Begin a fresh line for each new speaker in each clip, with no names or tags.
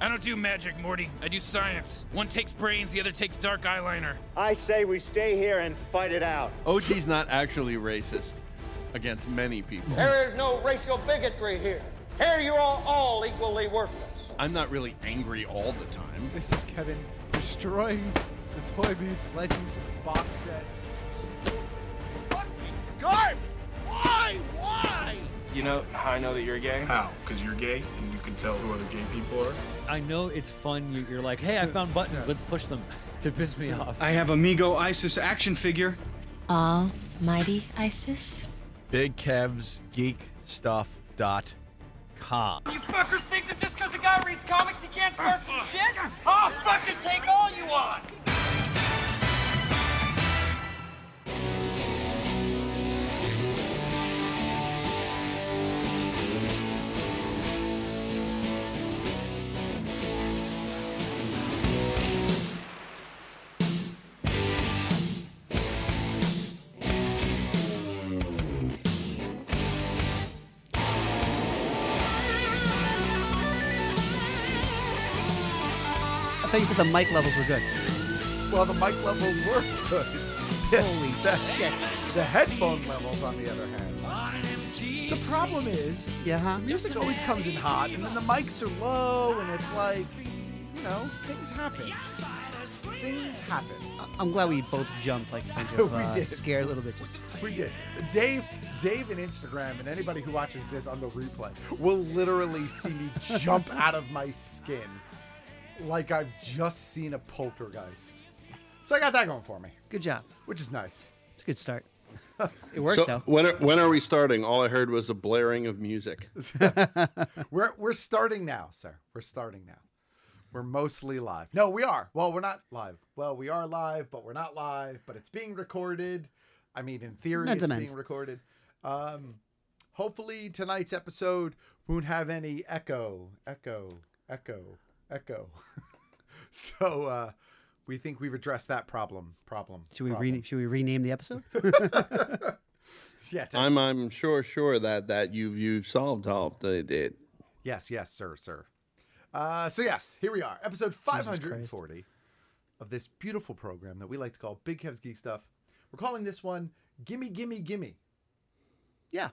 I don't do magic, Morty. I do science. One takes brains, the other takes dark eyeliner.
I say we stay here and fight it out.
OG's not actually racist against many people.
There is no racial bigotry here. Here you are all equally worthless.
I'm not really angry all the time.
This is Kevin destroying the Toy Biz Legends box set.
Fucking garbage! Why? Why?
You know how I know that you're gay?
How? Because you're gay and you can tell who other gay people are?
I know it's fun. You- You're like, hey, I found buttons. Let's push them to piss me off.
I have Amigo Isis action figure.
Almighty Isis?
Big Kev's Geek Stuff dot com.
You fuckers think that just because a guy reads comics he can't start some shit? I'll fucking take all you want!
I thought you said the mic levels were good.
Well, the mic levels were good.
Holy
the,
shit.
The headphone levels, on the other hand.
The problem is,
Yeah, huh?
music always comes in hot, and then the mics are low, and it's like, you know, things happen. Things happen.
I'm glad we both jumped like a bunch of
We
uh,
did.
scared little bitches.
We did. Dave, Dave, and Instagram, and anybody who watches this on the replay will literally see me jump out of my skin, like I've just seen a poltergeist. So I got that going for me,
Good job.
which is nice.
It's a good start. It worked
so
though.
when are, when are we starting? All I heard was the blaring of music.
We're we're starting now, sir. We're starting now. We're mostly live. No, we are. Well, we're not live. Well, we are live, but we're not live. But it's being recorded. I mean, in theory,
That's
it's
immense.
being recorded. Um, hopefully tonight's episode won't have any echo, echo, echo, echo. so uh, we think we've addressed that problem. Problem.
Should we
problem.
re- should we rename the episode?
Yeah. t-
I'm I'm sure sure that that you've you've solved all the it.
Yes, yes, sir, sir. Uh, so yes, here we are, episode 540 of this beautiful program that we like to call Big Kev's Geek Stuff. We're calling this one "Gimme, Gimme, Gimme,"
yeah.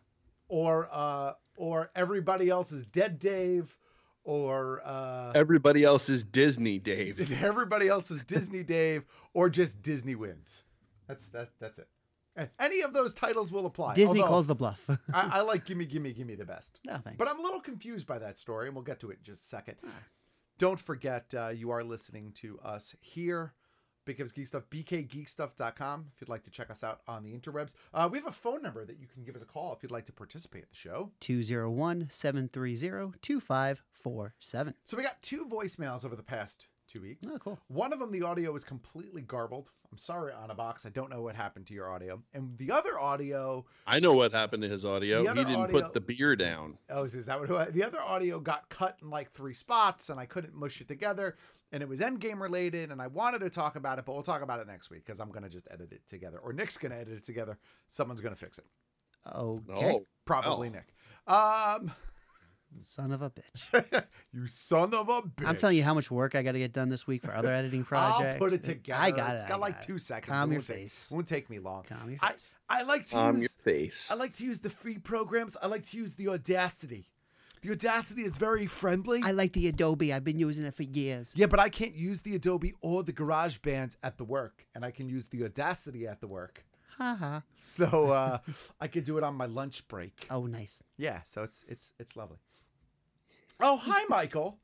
or uh, or everybody else is dead, Dave, or uh,
Everybody else is Disney, Dave.
everybody else is Disney, Dave, or just Disney wins. That's that. That's it. A- Any of those titles will apply.
Disney
although
calls the bluff.
I, I like "Gimme, Gimme, Gimme" the best.
no thanks.
But I'm a little confused by that story, and we'll get to it in just a second. Don't forget, uh, you are listening to us here, Big Kev's Geek Stuff, bkgeekstuff.com, if you'd like to check us out on the interwebs. Uh, we have a phone number that you can give us a call if you'd like to participate in the show.
201-730-2547.
So we got two voicemails over the past two weeks.
Oh, cool.
One of them, the audio is completely garbled. I'm sorry, on a box. I don't know what happened to your audio. And the other audio,
I know what happened to his audio.
The
He
other
didn't
audio-
put the beer down.
Oh, is is that what it was? The other audio got cut in like three spots, and I couldn't mush it together. And it was Endgame related, and I wanted to talk about it, but we'll talk about it next week because I'm going to just edit it together. Or Nick's going to edit it together. Someone's going to fix it.
Okay.
Oh,
Probably
Wow.
Nick. Um,
Son of a bitch.
you son of a bitch.
I'm telling you how much work I got to get done this week for other editing projects.
I'll put it together.
I got it.
It's
I
got like
it.
two seconds.
Calm
it
your
won't take-
face.
it won't take me long.
Calm your
I,
face.
I like to
On your
use
face.
I like to use the free programs. I like to use the Audacity. The Audacity is very friendly.
I like the Adobe. I've been using it for years.
Yeah, but I can't use the Adobe or the GarageBand at the work, and I can use the Audacity at the work.
Ha ha.
So uh, I could do it on my lunch break.
Oh, nice.
Yeah, so it's it's it's lovely. Oh, hi, Michael.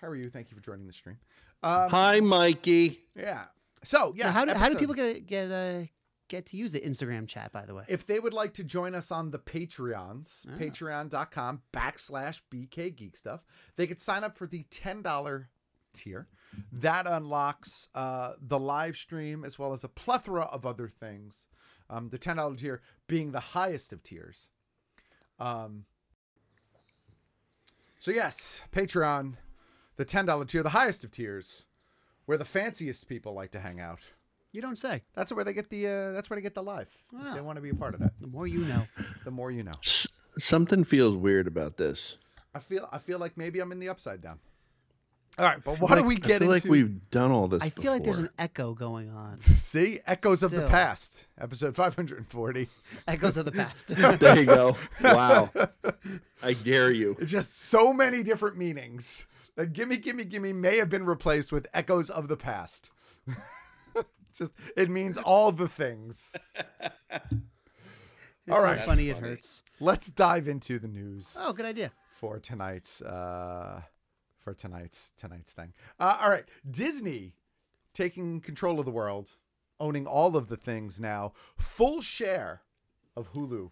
How are you? Thank you for joining the stream. Um,
Hi, Mikey.
yeah. So yeah,
Now, how do, how do
episode-
people get get uh, get to use the Instagram chat? By the way,
If they would like to join us on the Patreons, patreon.com backslash BK Geek Stuff, they could sign up for the $10 tier. That unlocks uh, the live stream as well as a plethora of other things. Um, the ten dollar tier being the highest of tiers. Um, so yes, Patreon, the ten dollar tier, the highest of tiers, where the fanciest people like to hang out.
You don't say.
That's where they get the. Uh, that's where they get the live. If they want to be a part of that.
The more you know.
The more you know.
Something feels weird about this.
I feel. I feel like maybe I'm in the upside down. All right, but why do we get
I feel like
into?
we've done all this.
I feel like there's
before.
an echo going on.
See, echoes of the
Still.
past, episode 540.
Echoes of the past.
there you go. Wow. I dare you.
Just so many different meanings. The gimme, gimme, gimme may have been replaced with echoes of the past. Just it means all the things. all
so
right,
funny it That's funny. hurts.
Let's dive into the news.
Oh, good idea.
for tonight's uh for tonight's tonight's thing. Uh, all right, Disney taking control of the world, owning all of the things now, full share of Hulu.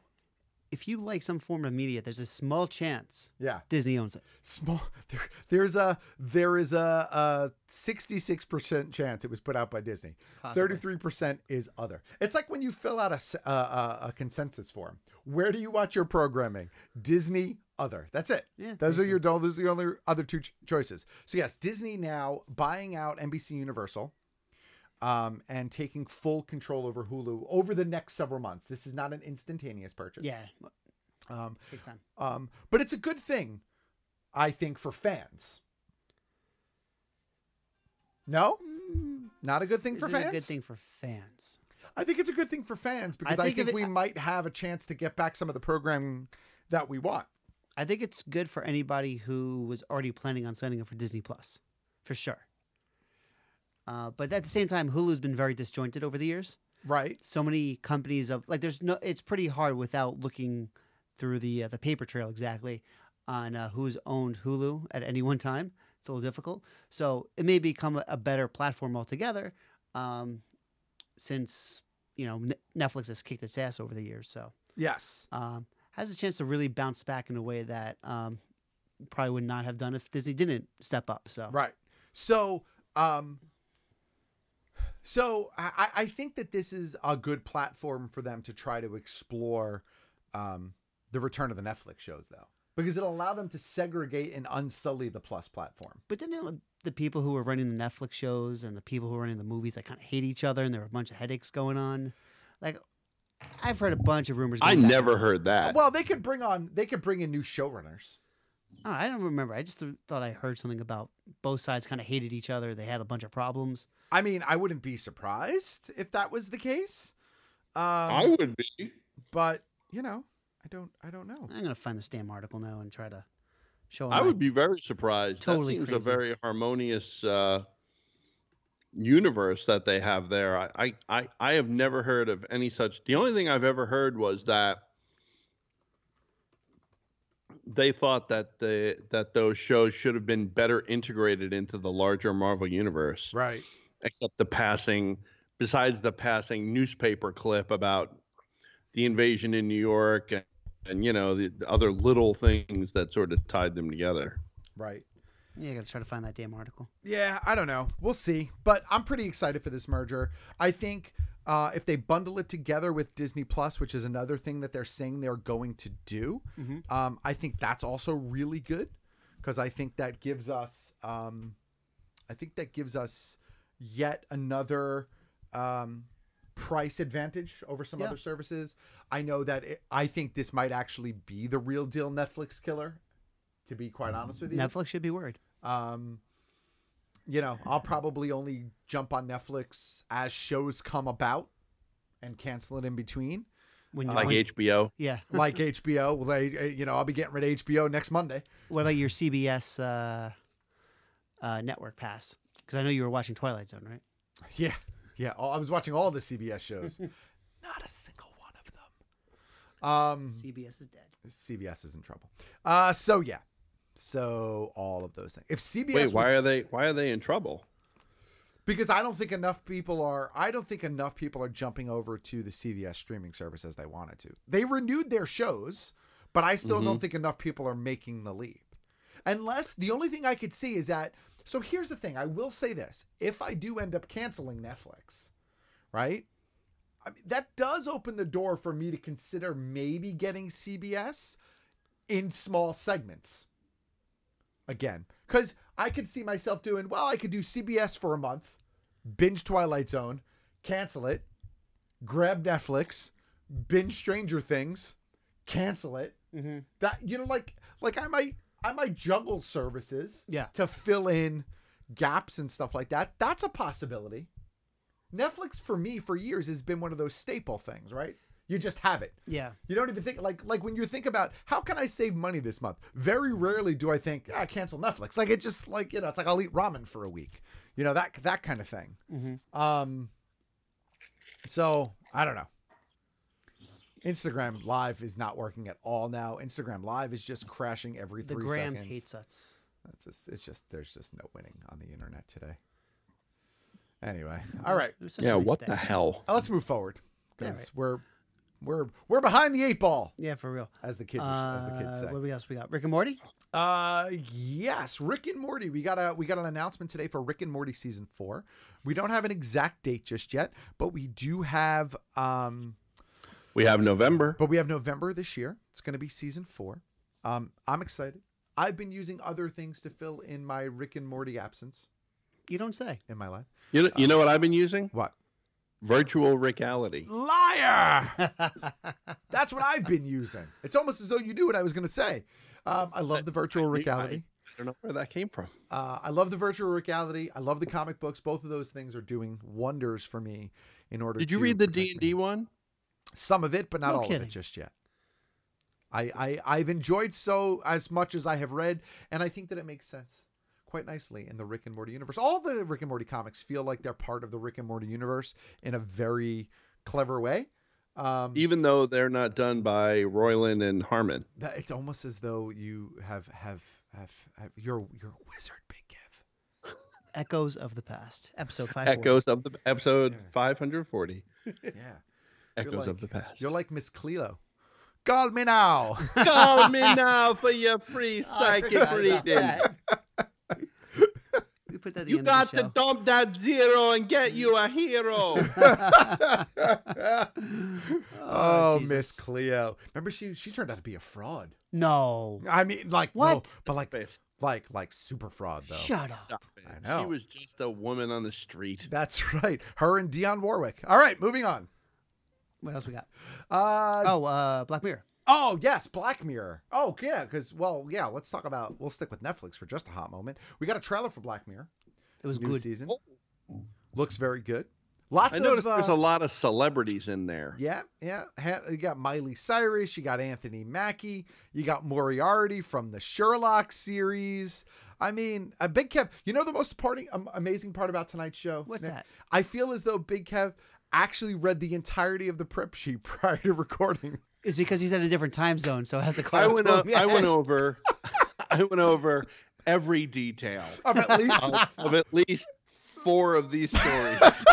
If you like some form of media, there's a small chance.
Yeah.
Disney owns it.
Small. There, there's a there is a, a 66% chance it was put out by Disney.
Possibly.
33% is other. It's like when you fill out a, s- a- a- a consensus form. Where do you watch your programming? Disney other. That's it.
Yeah,
those are
basically.
your those are the only other two ch- choices. So yes, Disney now buying out NBC Universal um, and taking full control over Hulu over the next several months. This is not an instantaneous purchase.
Yeah.
Um,
Takes time.
um, but it's a good thing, I think, for fans. No, not a good thing
Mm. Is
for
it
fans.
a good thing for fans?
I think it's a good thing for fans because I think,
think if it-
we might have a chance to get back some of the programming that we want.
I think it's good for anybody who was already planning on signing up for Disney Plus, for sure. Uh, but at the same time, Hulu's been very disjointed over the years.
Right.
So many companies of like, there's no. It's pretty hard without looking through the uh, the paper trail exactly on uh, who's owned Hulu at any one time. It's a little difficult. So it may become a, a better platform altogether, um, since you know N- Netflix has kicked its ass over the years. So
Yes.
um, has a chance to really bounce back in a way that um, probably would not have done if Disney didn't step up. So
Right. So, um, so I, I- I think that this is a good platform for them to try to explore um, the return of the Netflix shows, though, because it'll allow them to segregate and unsully the Plus platform.
but then uh, the people who were running the Netflix shows and the people who were running the movies that kind of hate each other, and there were a bunch of headaches going on. Like I've heard a bunch of rumors.
I
going back
never
and forth.
heard that.
Well, they could bring on they could bring in new showrunners.
Oh, I don't remember. I just th- thought I heard something about both sides kind of hated each other. They had a bunch of problems.
I mean, I wouldn't be surprised if that was the case. Um,
I would be.
but you know, I don't, I don't know.
I'm gonna find this damn article now and try to show.
I
my-
would be very surprised.
Totally
that seems a
crazy.
very harmonious uh, universe that they have there. I, I, I, I have never heard of any such. The only thing I've ever heard was that they thought that the that those shows should have been better integrated into the larger Marvel universe.
Right.
Except the passing, besides the passing newspaper clip about the invasion in New York and, and you know the, the other little things that sort of tied them together.
Right.
Yeah, I gotta try to find that damn article.
Yeah, I don't know. We'll see. But I'm pretty excited for this merger. I think uh, if they bundle it together with Disney Plus, which is another thing that they're saying they're going to do,
Mhm.
um, I think that's also really good because I think that gives us, um, I think that gives us yet another um, price advantage over some
Yeah.
other services. I know that it, I think this might actually be the real deal Netflix killer. To be quite honest with you,
Netflix should be worried.
um, you know, I'll probably only jump on Netflix as shows come about and cancel it in between.
When you
Like
when-
HBO.
Yeah.
Like HBO, well, they, uh, you know, I'll be getting rid of HBO next Monday.
What about your CBS uh, uh, network pass? Because I know you were watching Twilight Zone, right?
Yeah, yeah. Oh, I was watching all the CBS shows. Not a single one of them.
Mm-hmm.
Um,
CBS is dead.
CBS is in trouble. Uh, so yeah, so all of those things. If CBS,
Wait, why
was-
are they why are they in trouble?
Because I don't think enough people are. I don't think enough people are jumping over to the CVS streaming service as they wanted to. They renewed their shows, but I still don't think enough people are making the leap. Unless the only thing I could see is that So here's the thing I will say this if I do end up canceling Netflix, right? I mean, that does open the door for me to consider maybe getting CBS in small segments again. Because I could see myself doing, well, I could do CBS for a month, binge Twilight Zone, cancel it, grab Netflix, binge Stranger Things, cancel it.
Mm-hmm.
That you know, like like I might I might juggle services
Yeah.
to fill in gaps and stuff like that. That's a possibility. Netflix for me for years has been one of those staple things, right? You just have it.
Yeah.
You don't even think like like when you think about how can I save money this month? Very rarely do I think I cancel Netflix. Like it just like you know it's like I'll eat ramen for a week, you know that that kind of thing.
Mm-hmm.
Um, so I don't know. Instagram Live is not working at all now. Instagram Live is just crashing every
The
three
Grams
seconds.
hates us.
That's just, it's just there's just no winning on the internet today. Anyway,
Mm-hmm.
all right.
It was such a
Yeah,
nice
what
day.
the hell?
Uh, let's move forward
Yeah,
because
right.
we're we're we're behind the eight ball.
Yeah, for real.
As the kids are, as the kids
Uh,
say.
What we else we got? Rick and Morty.
Uh yes, Rick and Morty. We got a we got an announcement today for Rick and Morty season 4. We don't have an exact date just yet, but we do have um
We have November.
but we have November this year. It's going to be season 4. Um I'm excited. I've been using other things to fill in my Rick and Morty absence
You don't say.
in my life.
You know, you know what I've been using?
What?
Virtual reality.
Liar! That's what I've been using. It's almost as though you knew what I was going to say. Um, I love the virtual reality.
I don't know where that came from.
Uh, I love the virtual reality. I love the comic books. Both of those things are doing wonders for me. In order,
Did you
to
read the
protect me.
D and D one?
Some of it, but not
No
all of
kidding.
it just yet. I, I I've enjoyed so as much as I have read, and I think that it makes sense quite nicely in the Rick and Morty universe. All the Rick and Morty comics feel like they're part of the Rick and Morty universe in a very clever way. Um,
Even though they're not done by Royland and Harmon.
that it's almost as though you have have have, have you're you're a wizard, Big Kev.
Echoes of the Past, episode five.
Echoes of the episode 540.
Yeah.
Echoes
like-
of the past.
You're like Miss Cleo. Call me now.
Call me now for your free psychic reading.
We put that. At the
You
end
got
of the
to
show.
dump that zero and get you a hero.
oh,
Jesus.
Miss Cleo. Remember she she turned out to be a fraud.
No.
I mean like no,
What?
but like like like super fraud though.
Shut up.
I know.
She was just a woman on the street.
That's right. Her and Dion Warwick. All right, moving on.
What else we got?
Uh
Oh, uh, Black Mirror.
Oh yes, Black Mirror. Oh yeah, because well yeah, let's talk about. We'll stick with Netflix for just a hot moment. We got a trailer for Black Mirror.
It was
New
good.
season. Looks very good.
Oh.
Lots
I
of
noticed there's
uh,
a lot of celebrities in there.
Yeah, yeah. Ha- You got Miley Cyrus. You got Anthony Mackie. You got Moriarty from the Sherlock series. I mean, a Big Kev. You know the most parting, um, amazing part about tonight's show.
What's
Nick?
that?
I feel as though Big Kev actually read the entirety of the prep sheet prior to recording.
It's because he's in a different time zone, so it has to call.
I
up
went
to
o-
him.
I went over I went over every detail
Of at least
of at least four of these stories.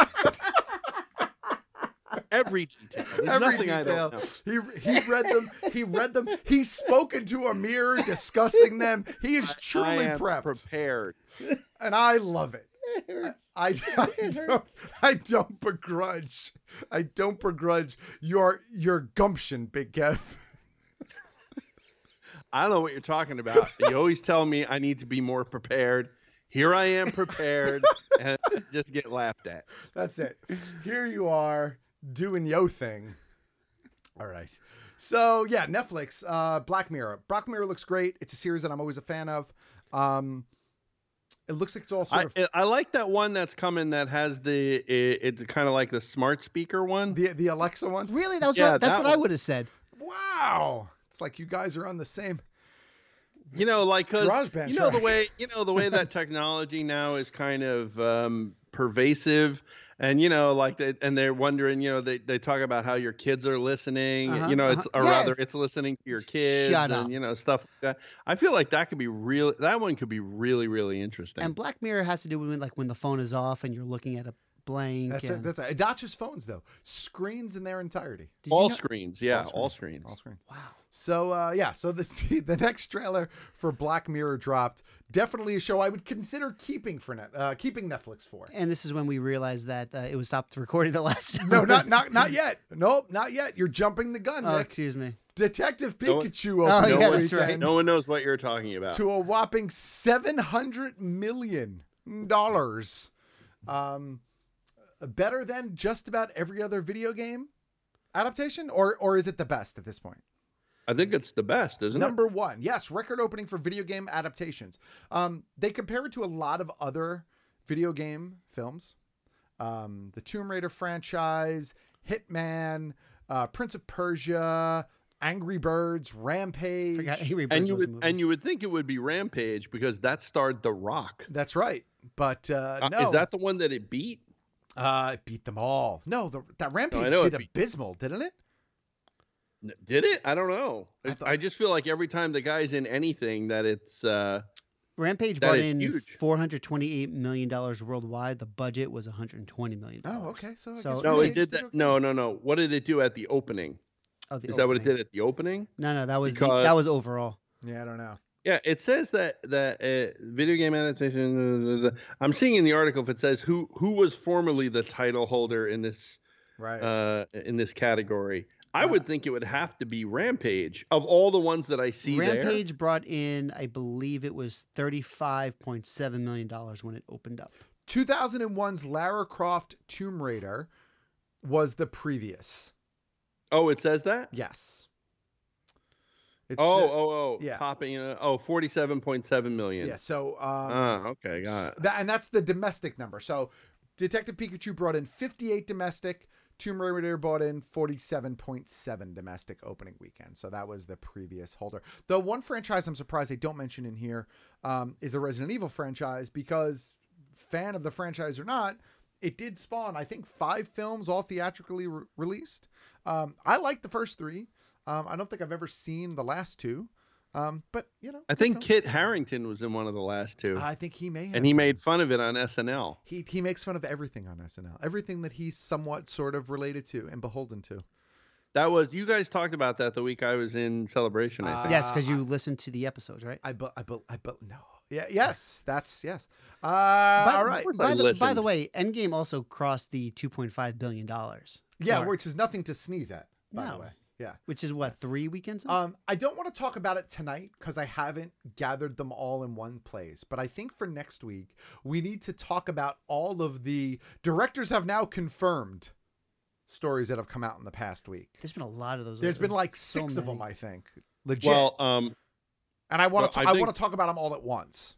every detail. There's
every
nothing I
detail.
don't know.
He he read them. He read them. He's spoken to a mirror discussing them. He is
I
truly
am
prepped.
prepared.
and I love it. I, I don't, I don't begrudge. I don't begrudge your your gumption, Big Kev.
I know what you're talking about. You always tell me I need to be more prepared. Here I am prepared and I just get laughed at.
That's it. Here you are doing yo thing. All right. So yeah, Netflix, uh, Black Mirror. Black Mirror looks great. It's a series that I'm always a fan of. Um, it looks like it's all sort
I,
of
I like that one that's coming that has the it, it's kind of like the smart speaker one.
the the Alexa one.
Really? That was
Yeah,
what, that's
that
what I
one.
would have said.
Wow. It's like you guys are on the same.
You know, like 'cause
GarageBand
you know the
track.
way you know the way that technology now is kind of um, pervasive, and you know, like they, and they're wondering, you know, they, they talk about how your kids are listening,
Uh-huh,
you know, it's
uh-huh.
or
Yeah.
rather it's listening to your kids,
Shut
and
up.
you know stuff like that. I feel like that could be real. That one could be really really interesting.
Um, And Black Mirror has to do with like when the phone is off and you're looking at a blank.
That's it.
and-
That's it. Not just phones though. Screens in their entirety.
all screens, yeah,
All
all screens. All
screens. Wow. So uh, yeah, so the the next trailer for Black Mirror dropped. Definitely a show I would consider keeping for net, uh, keeping Netflix for.
and this is when we realized that uh, it was stopped recording the last time.
No, not not not yet. Nope, not yet. You're jumping the gun.
Oh,
Nick.
excuse me.
Detective
No one-
Pikachu opened
no
over
one-
the weekend
No one knows what you're talking about.
to a whopping seven hundred million dollars. Um, better than just about every other video game adaptation, or or is it the best at this point?
I think it's the best, isn't it?
Number one, yes, record opening for video game adaptations. Um, they compare it to a lot of other video game films, um, the Tomb Raider franchise, Hitman, uh, Prince of Persia, Angry Birds, Rampage.
and you would and you would think it would be Rampage because that starred The Rock.
That's right, but uh,
Uh,
no,
Is that the one that it beat?
Uh, it beat them all. No, the, that Rampage
know it
did
beat-
abysmal, didn't it?
N- Did it? I don't know. I, I just feel like every time the guy's in anything that it's uh
Rampage
That
brought
is
in
huge.
four hundred twenty-eight million dollars worldwide. The budget was one hundred twenty million.
Oh, okay. So, I guess
no,
we
it did that. No, no, no. What did it do at the opening?
Oh, the
is that what it did at the opening?
No, no, that was the-
Because-
that was overall.
Yeah, I don't know.
Yeah, it says that that uh, video game adaptation. uh, uh, uh, I'm seeing in the article if it says who who was formerly the title holder in this
right
uh, in this category. I would think it would have to be Rampage of all the ones that I see
Rampage brought in, I believe it was thirty-five point seven million dollars when it opened up.
2001's Lara Croft Tomb Raider was the previous.
there. Oh, it says that.
Yes.
oh,
uh,
oh, oh,
yeah.
popping. Uh, oh, forty-seven point seven million.
Yeah. So, um,
Ah, okay, got it.
that, and that's the domestic number. So, Detective Pikachu brought in 58 domestic. Tomb Raider brought in 47.7 domestic opening weekend. So that was the previous holder. The one franchise I'm surprised they don't mention in here um, is the Resident Evil franchise because, fan of the franchise or not, it did spawn, I think, five films all theatrically re- released. Um, I like the first three. Um, I don't think I've ever seen the last two. Um, but, you know,
I think Kit Harrington was in one of the last two,
I think he may have.
and he made fun of it on SNL.
He he makes fun of everything on SNL, everything that he's somewhat sort of related to and beholden to.
That was you guys talked about that the week I was in celebration.
Uh,
I think.
yes, because you listened to the episodes, right?
I but I but I but no. Yeah. Yes. That's yes. Uh, all right.
course I
By the, by
listened.
the way, Endgame also crossed the two point five billion dollars.
Yeah, which is nothing to sneeze at. By the
No.
way. Yeah.
which is what three weekends. in?
Um, I don't want to talk about it tonight because I haven't gathered them all in one place. But I think for next week we need to talk about all of the directors have now confirmed stories that have come out in the past week.
There's been a lot of those.
There's been
lately.
like
So
six of them,
many.
I think. Legit.
Well, um,
and I want
well,
to.
I
I,
think-
want to talk about them all at once.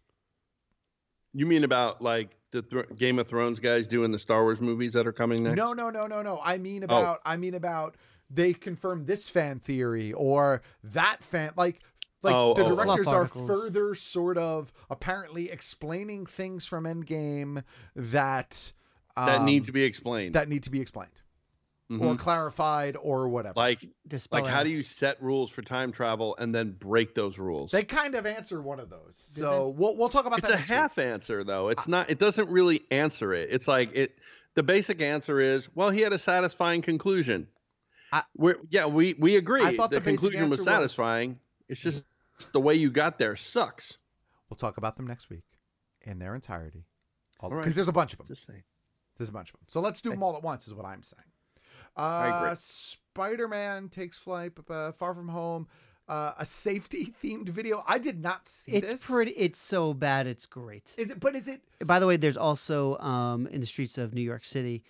you mean about like the Thro- Game of Thrones guys doing the Star Wars movies that are coming next?
No, no, no, no, no. I mean
Oh.
about I mean about they confirmed this fan theory or that fan like like
Oh,
the
oh, oh.
directors
Fluff
are
articles.
further sort of apparently explaining things from Endgame that
that need
um,
to be explained.
that need to be explained or
Mhm.
clarified or whatever.
like,
Dispel
like how
it.
do you set rules for time travel and then break those rules?
they kind of answer one of those. So we'll we'll talk about
it's
that.
a
next week.
half answer though. It's not. It doesn't really answer it. It's like it. The basic answer is, well, he had a satisfying conclusion. We're, yeah, we we agree.
thought the basic
conclusion was
answer was-
satisfying. It's just the way you got there sucks.
We'll talk about them next week in their entirety. Because
right.
there's a bunch of them.
Just saying.
There's a bunch of them. So let's do them all at once, is what I'm saying.
I agree.
Uh, Spider Man takes flight, b- b- Far From Home, uh, a safety themed video. I did not see
It's
this.
pretty. It's so bad. It's great.
Is it, but is it,
By the way, there's also um, in the streets of New York City,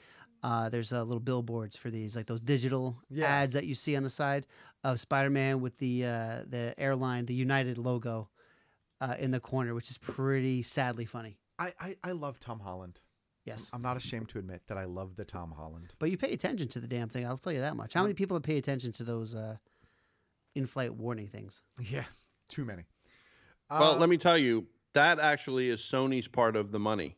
uh, there's uh, little billboards for these, like those digital
Yeah.
ads that you see on the side of Spider-Man with the uh, the airline, the United logo uh, in the corner, which is pretty sadly funny.
I, I, I love Tom Holland.
Yes.
I'm not ashamed to admit that I love the Tom Holland.
But you pay attention to the damn thing. I'll tell you that much. How many people pay attention to those uh, in-flight warning things?
Yeah, too many.
Well,
Uh,
let me tell you, that actually is Sony's part of the money.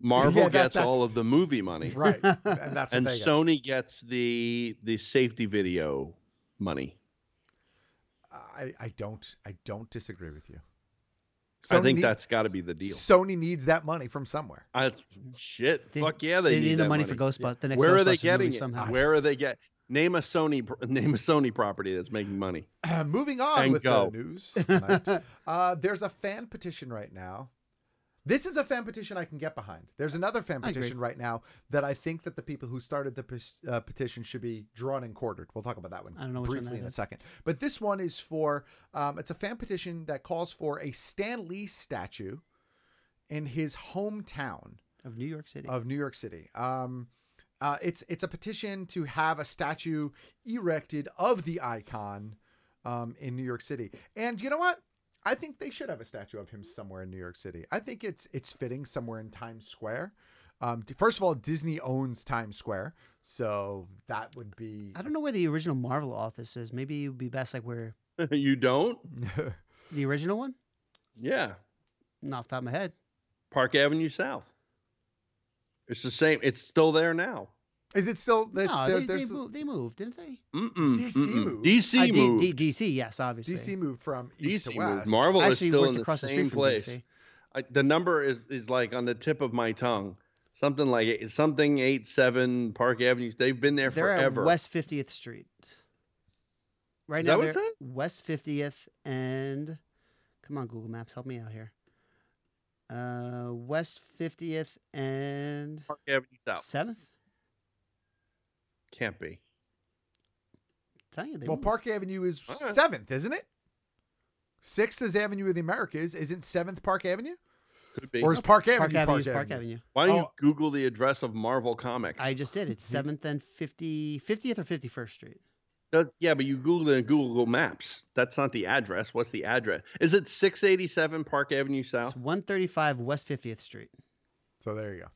Marvel
Yeah, that-
gets all
that's-
of the movie money,
Right. And that's
and
what they got.
Sony gets the the safety video money.
I, I don't I don't disagree with you.
I think
need-
that's got to be the deal.
Sony needs that money from somewhere.
I, shit,
They-
fuck yeah, they,
they need the
that
money for Ghostbusters- the next
Where are they
Ghostbusters movie
getting it?
somehow.
Where are they get? Name a Sony, pr- name a Sony property that's making money.
moving on
And
with
go.
the news. tonight. uh, there's a fan petition right now. This is a fan petition I can get behind. There's another fan
I agree.
petition right now that I think that the people who started the pes- uh, petition should be drawn and quartered. We'll talk about that one
I don't know which one
briefly
that
in a
is.
second. But this one is for um, it's a fan petition that calls for a Stan Lee statue in his hometown
of New York City.
Of New York City. Um, uh, it's it's a petition to have a statue erected of the icon um, in New York City. And you know what? I think they should have a statue of him somewhere in New York City. I think it's it's fitting somewhere in Times Square. Um, d- first of all, Disney owns Times Square, so that would be
I don't know where the original Marvel office is. Maybe it would be best like where
you don't?
the original one.
Yeah,
Not off the top of my head.
Park Avenue South. It's the same. It's still there now.
Is it still? It's, there,
no, they, they
there's
moved, they moved, didn't they?
Mm-mm,
DC
mm-mm.
moved.
DC
Uh, D-
moved.
D- DC, yes, obviously.
DC moved from east
DC
to west.
moved. Marvel
I
is
actually
still
worked
in the
across the street
same
from
place.
DC.
I, the number is is like on the tip of my tongue. Something like eight- something eight seven Park Avenue. They've been there
They're
forever.
at West 50th Street. Right
Is that
now,
what it
they're West 50th and come on, Google Maps, help me out here. Uh, West 50th and
Park Avenue South.
Seventh.
Can't be.
Tell you, they
well,
moved.
Park Avenue is
Alright.
seventh, isn't it? Sixth is Avenue of the Americas. Isn't seventh Park Avenue?
Could be.
Or is Park Avenue
Park
Park
Avenue is
Avenue?
Park Avenue.
Why don't you Google the address of Marvel Comics?
I just did. It's
Mm-hmm.
Seventh and 50, 50th or 51st Street.
Does- yeah, but you Google it in Google Maps. That's not the address. What's the address? Is it six eighty seven Park Avenue South?
It's
Oh.
135 West 50th Street.
So there you go.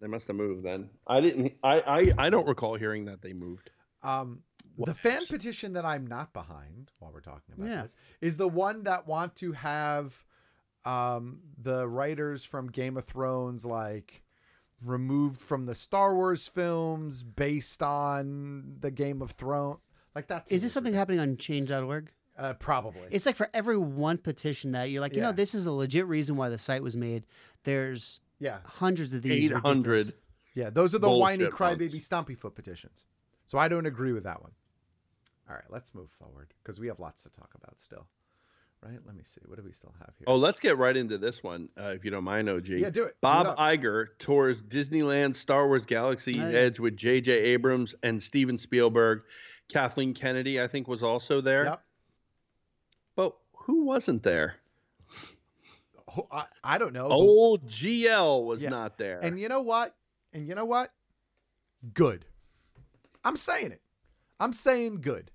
They must have moved then. I didn't. I I, I don't recall hearing that they moved.
Um, the fan petition that I'm not behind while we're talking about
Yeah.
this is the one that want to have um, the writers from Game of Thrones like removed from the Star Wars films based on the Game of Thrones. Like that. to
Is
me
this something happening on change.org?
Uh, probably.
It's like for every one petition that you're like, you know,
Yeah.
this is a legit reason why the site was made. There's
Yeah.
hundreds of these.
Eight
ridiculous-
hundred.
Yeah, those are the whiny
Bullshit ones.
crybaby stompy foot petitions. So I don't agree with that one. All right, let's move forward because we have lots to talk about still. Right? Let me see. What do we still have here?
Oh, let's get right into this one, uh, if you don't mind, OG.
Yeah, do it. Do it
Bob
up.
Iger tours Disneyland Star Wars Galaxy's
Nice.
Edge with J.J. Abrams and Steven Spielberg. Kathleen Kennedy, I think, was also there.
Yep.
But who wasn't there?
Oh, I, I don't know. but-
Old GL was
Yeah.
not there.
And you know what? And you know what? Good. I'm saying it. I'm saying good.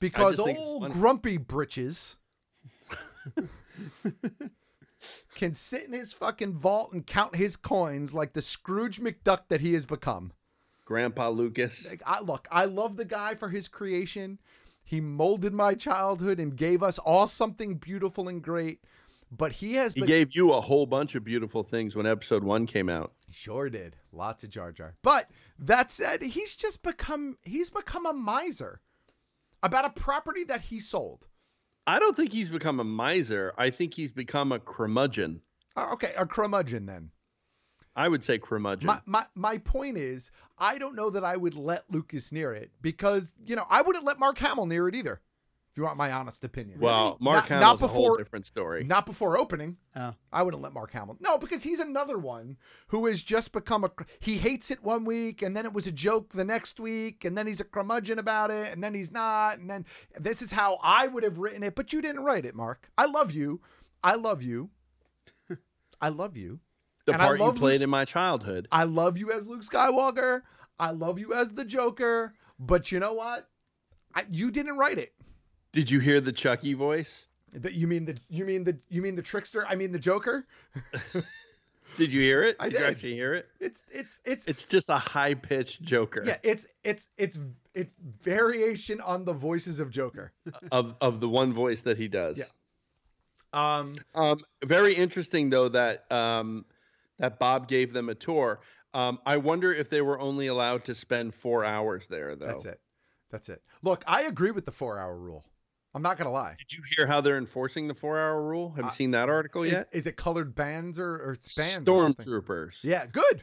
Because
just think it's
old
funny.
grumpy britches can sit in his fucking vault and count his coins like the Scrooge McDuck that he has become.
Grandpa Lucas.
Like, I look, I love the guy for his creation. He molded my childhood and gave us all something beautiful and great. But he has
He
been-
gave you a whole bunch of beautiful things when episode one came out.
Sure did. Lots of Jar Jar. But that said, he's just become he's become a miser about a property that he sold.
I don't think he's become a miser. I think he's become a curmudgeon.
Uh, Okay, a curmudgeon then.
I would say curmudgeon.
My, my my point is, I don't know that I would let Lucas near it because you know I wouldn't let Mark Hamill near it either. If you want my honest opinion.
well, Mark
Not-
Hamill's
not
a whole
before
different story.
Not before opening.
Oh.
I wouldn't let Mark Hamill. No, because he's another one who has just become a. cr- He hates it one week, and then it was a joke the next week, and then he's a curmudgeon about it, and then he's not, and then this is how I would have written it. But you didn't write it, Mark. I love you. I love you. I love you.
the
and I
part you
love Luke
played
S-
in my childhood.
I love you as Luke Skywalker. I love you as the Joker. But you know what? I, you didn't write it.
Did you hear the Chucky voice?
That you mean the you mean the you mean the trickster? I mean the Joker.
Did you hear it?
I
you
did.
actually hear it?
It's it's it's
It's just a high pitched Joker
Yeah, it's it's it's it's variation on the voices of Joker.
of of the one voice that he does.
Yeah. Um,
Um, very interesting though that um, that Bob gave them a tour. Um, I wonder if they were only allowed to spend four hours there though.
that's it. That's it. Look, I agree with the four hour rule. I'm not gonna lie.
Did you hear how they're enforcing the four hour rule?
Uh,
Have you seen that article
Is,
yet?
is it colored bands or, or it's bands? or something?
Stormtroopers.
Yeah, good.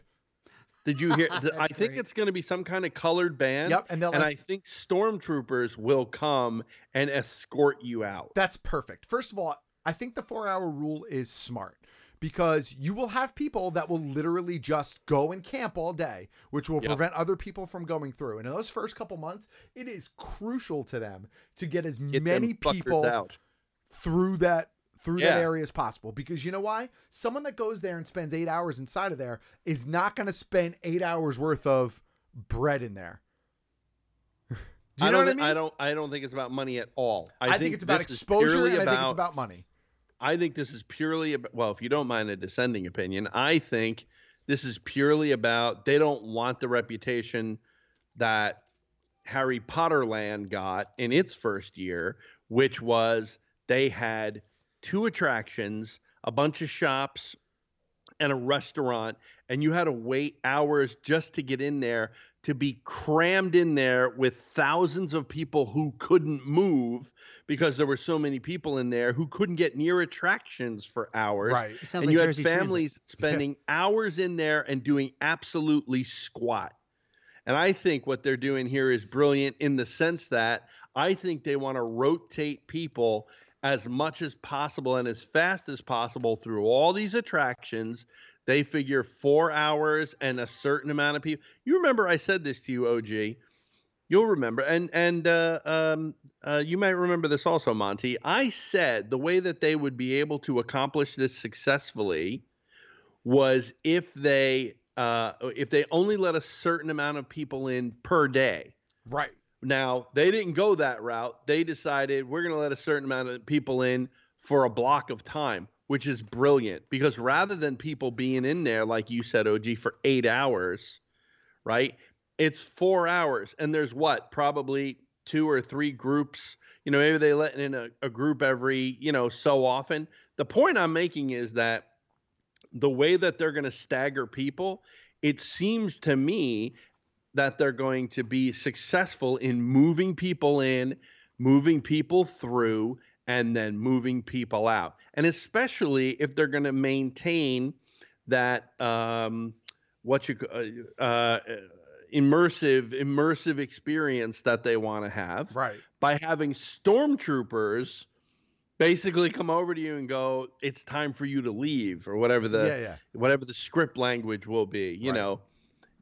Did you hear? th- I think it's going to be some kind of colored band.
Yep, and they'll
and
es-
I think stormtroopers will come and escort you out.
That's perfect. First of all, I think the four hour rule is smart because you will have people that will literally just go and camp all day, which will
Yep.
prevent other people from going through. And in those first couple months, it is crucial to them to get as
Get them
many
fuckers
people
out.
through that through
Yeah.
that area as possible because you know why someone that goes there and spends eight hours inside of there is not going to spend eight hours worth of bread in there do you
I don't.
know what i
thi-
mean
I don't. I don't think it's about money at all. I,
I think it's about
this is
exposure
purely
and i think it's about money
I think this is purely about, well, if you don't mind a dissenting opinion, I think this is purely about they don't want the reputation that Harry Potter land got in its first year, which was they had two attractions, a bunch of shops, and a restaurant, and you had to wait hours just to get in there to be crammed in there with thousands of people who couldn't move because there were so many people in there who couldn't get near attractions for hours.
Right. It
and
sounds like
you
Jersey
had
Transit.
families spending hours in there and doing absolutely squat. And I think what they're doing here is brilliant in the sense that I think they want to rotate people as much as possible and as fast as possible through all these attractions. They figure four hours and a certain amount of people. You remember I said this to you, OG. You'll remember, and and uh, um, uh, you might remember this also, Monty. I said the way that they would be able to accomplish this successfully was if they uh, if they only let a certain amount of people in per day.
Right.
Now they didn't go that route. They decided we're going to let a certain amount of people in for a block of time, which is brilliant because rather than people being in there like you said, OG, for eight hours, right? It's four hours, and there's what probably two or three groups. You know, maybe they let in a, a group every you know so often. The point I'm making is that the way that they're going to stagger people, it seems to me that they're going to be successful in moving people in, moving people through, and then moving people out. And especially if they're going to maintain that um, what you uh, uh, immersive immersive experience that they want to have
right
by having stormtroopers basically come over to you and go it's time for you to leave or whatever the
Yeah, yeah.
whatever the script language will be you know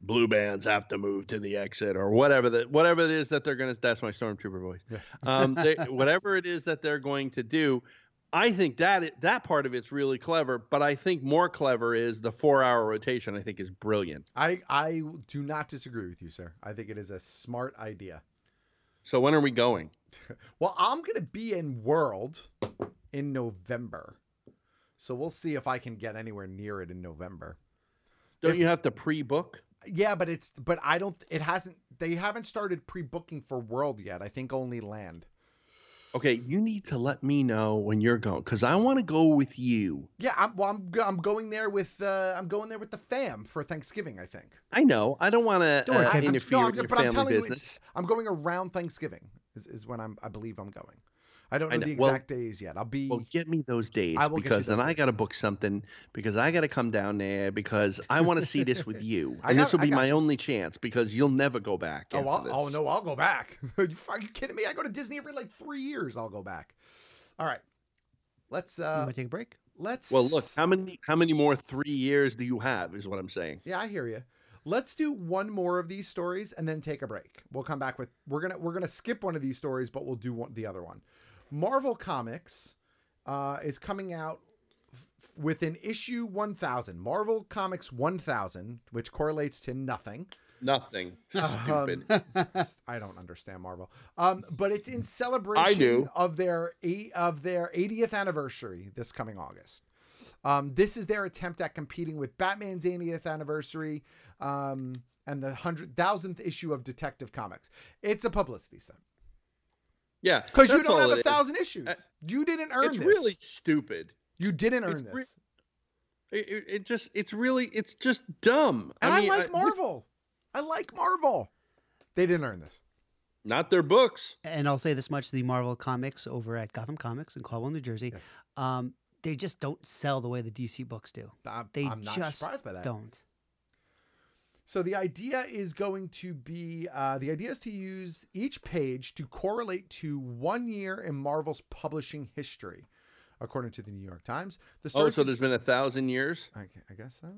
blue bands have to move to the exit or whatever the whatever it is that they're going to that's my stormtrooper voice um, they, whatever it is that they're going to do i think that it- that part of it's really clever but i think more clever is the four hour rotation i think is brilliant
i i do not disagree with you sir i think it is a smart idea
so when are we going
Well, I'm going to be in World in November. So we'll see if I can get anywhere near it in November.
don't you have to pre-book
Yeah, but it's but I don't it hasn't they haven't started pre-booking for World yet. I think only Land.
okay you need to let me know when you're going because i want to go with you
Yeah, I'm well, I'm go- I'm going there with uh I'm going there with the fam for Thanksgiving, I think.
I know. I don't want to
Don't worry,
uh,
Kevin.
interfere
No, I'm
with
ju-
your
but I'm telling
family
you,
business.
it's- I'm going around Thanksgiving is, is when I'm I believe I'm going. I don't know,
I
the
know. Well-
exact days yet. I'll be
Well, get me those days
I will get you
because then
those
I got to book something because I got to come down there because I want to see this with you.
I
and
got-
this will
I
be
got
my only chance because you'll never go back.
Oh,
after
I'll,
this.
oh no, I'll go back. are, you, are you kidding me? I go to Disney every like three years. I'll go back. All right, let's. uh
to take a break.
Let's.
Well, look, how many how many more 3 years do you have is what I'm saying.
Yeah, I hear you. Let's do one more of these stories and then take a break. We'll come back with we're gonna we're gonna skip one of these stories, but we'll do one, the other one. Marvel Comics uh, is coming out f- with an issue 1000 marvel comics 1000 which correlates to nothing
Nothing. Stupid.
Um, I don't understand Marvel. Um, but it's in celebration
do.
of their eight, of their 80th anniversary this coming August. Um, this is their attempt at competing with Batman's 80th anniversary um, and the hundred thousandth issue of Detective Comics. It's a publicity stunt
yeah.
because you
that's
don't
all
have
it
a
is.
thousand issues.
Uh,
You didn't earn
it's
this.
really stupid.
you didn't earn
it's
this.
re- It, it- it just it's really it's just dumb.
and I,
mean,
like Marvel. I like Marvel. They didn't earn this.
Not their books.
And I'll say this much the Marvel comics over at Gotham Comics in Caldwell, New Jersey, um, they just don't sell the way the DC books do. they
I'm not
just
surprised by that.
don't.
So the idea is going to be uh, the idea is to use each page to correlate to one year in Marvel's publishing history, according to the New York Times. The
Oh,
story
so there's been a thousand years.
I, gu- I guess so.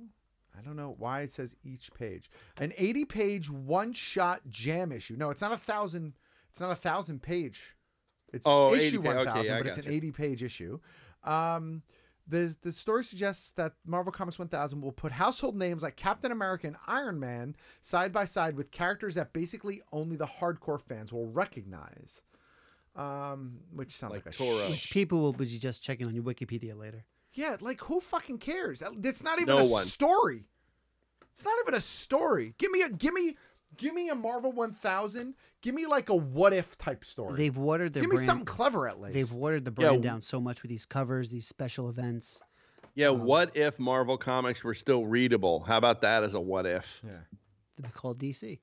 I don't know why it says each page. An 80 page one shot jam issue. No, it's not a thousand. It's not a thousand page. It's
Oh, 80
issue
pa- okay,
1000,
yeah, I
but it's an
gotcha.
80 page issue. Um, the, the story suggests that Marvel Comics 1000 will put household names like Captain America and Iron Man side by side with characters that basically only the hardcore fans will recognize. Um, which sounds like, a
Toro.
Which people will be just checking on your Wikipedia later.
yeah, like who fucking cares? It's not even
No
a
one.
story. It's not even a story. Give me a give me give me a Marvel 1000. Give me like a what if type story.
They've watered their
Give me
brand.
something clever at least.
They've watered the
Yeah,
brand
w-
down so much with these covers, these special events.
Yeah.
Uh-huh.
what if Marvel comics were still readable? How about that as a what if?
Yeah.
They're called DC.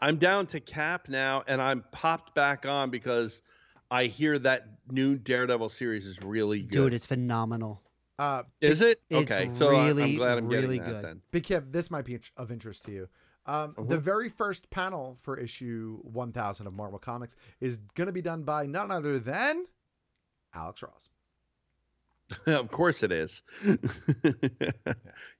I'm down to cap now, and I'm popped back on because I hear that new Daredevil series is really good.
Dude, it's phenomenal.
Uh,
Is
it-
it
it's
okay? So I- I'm
really,
glad I'm
really
getting that
good.
then.
Big Kev, this might be int- of interest to you. Um, The very first panel for issue 1000 of Marvel Comics is going to be done by none other than Alex Ross.
of course it is.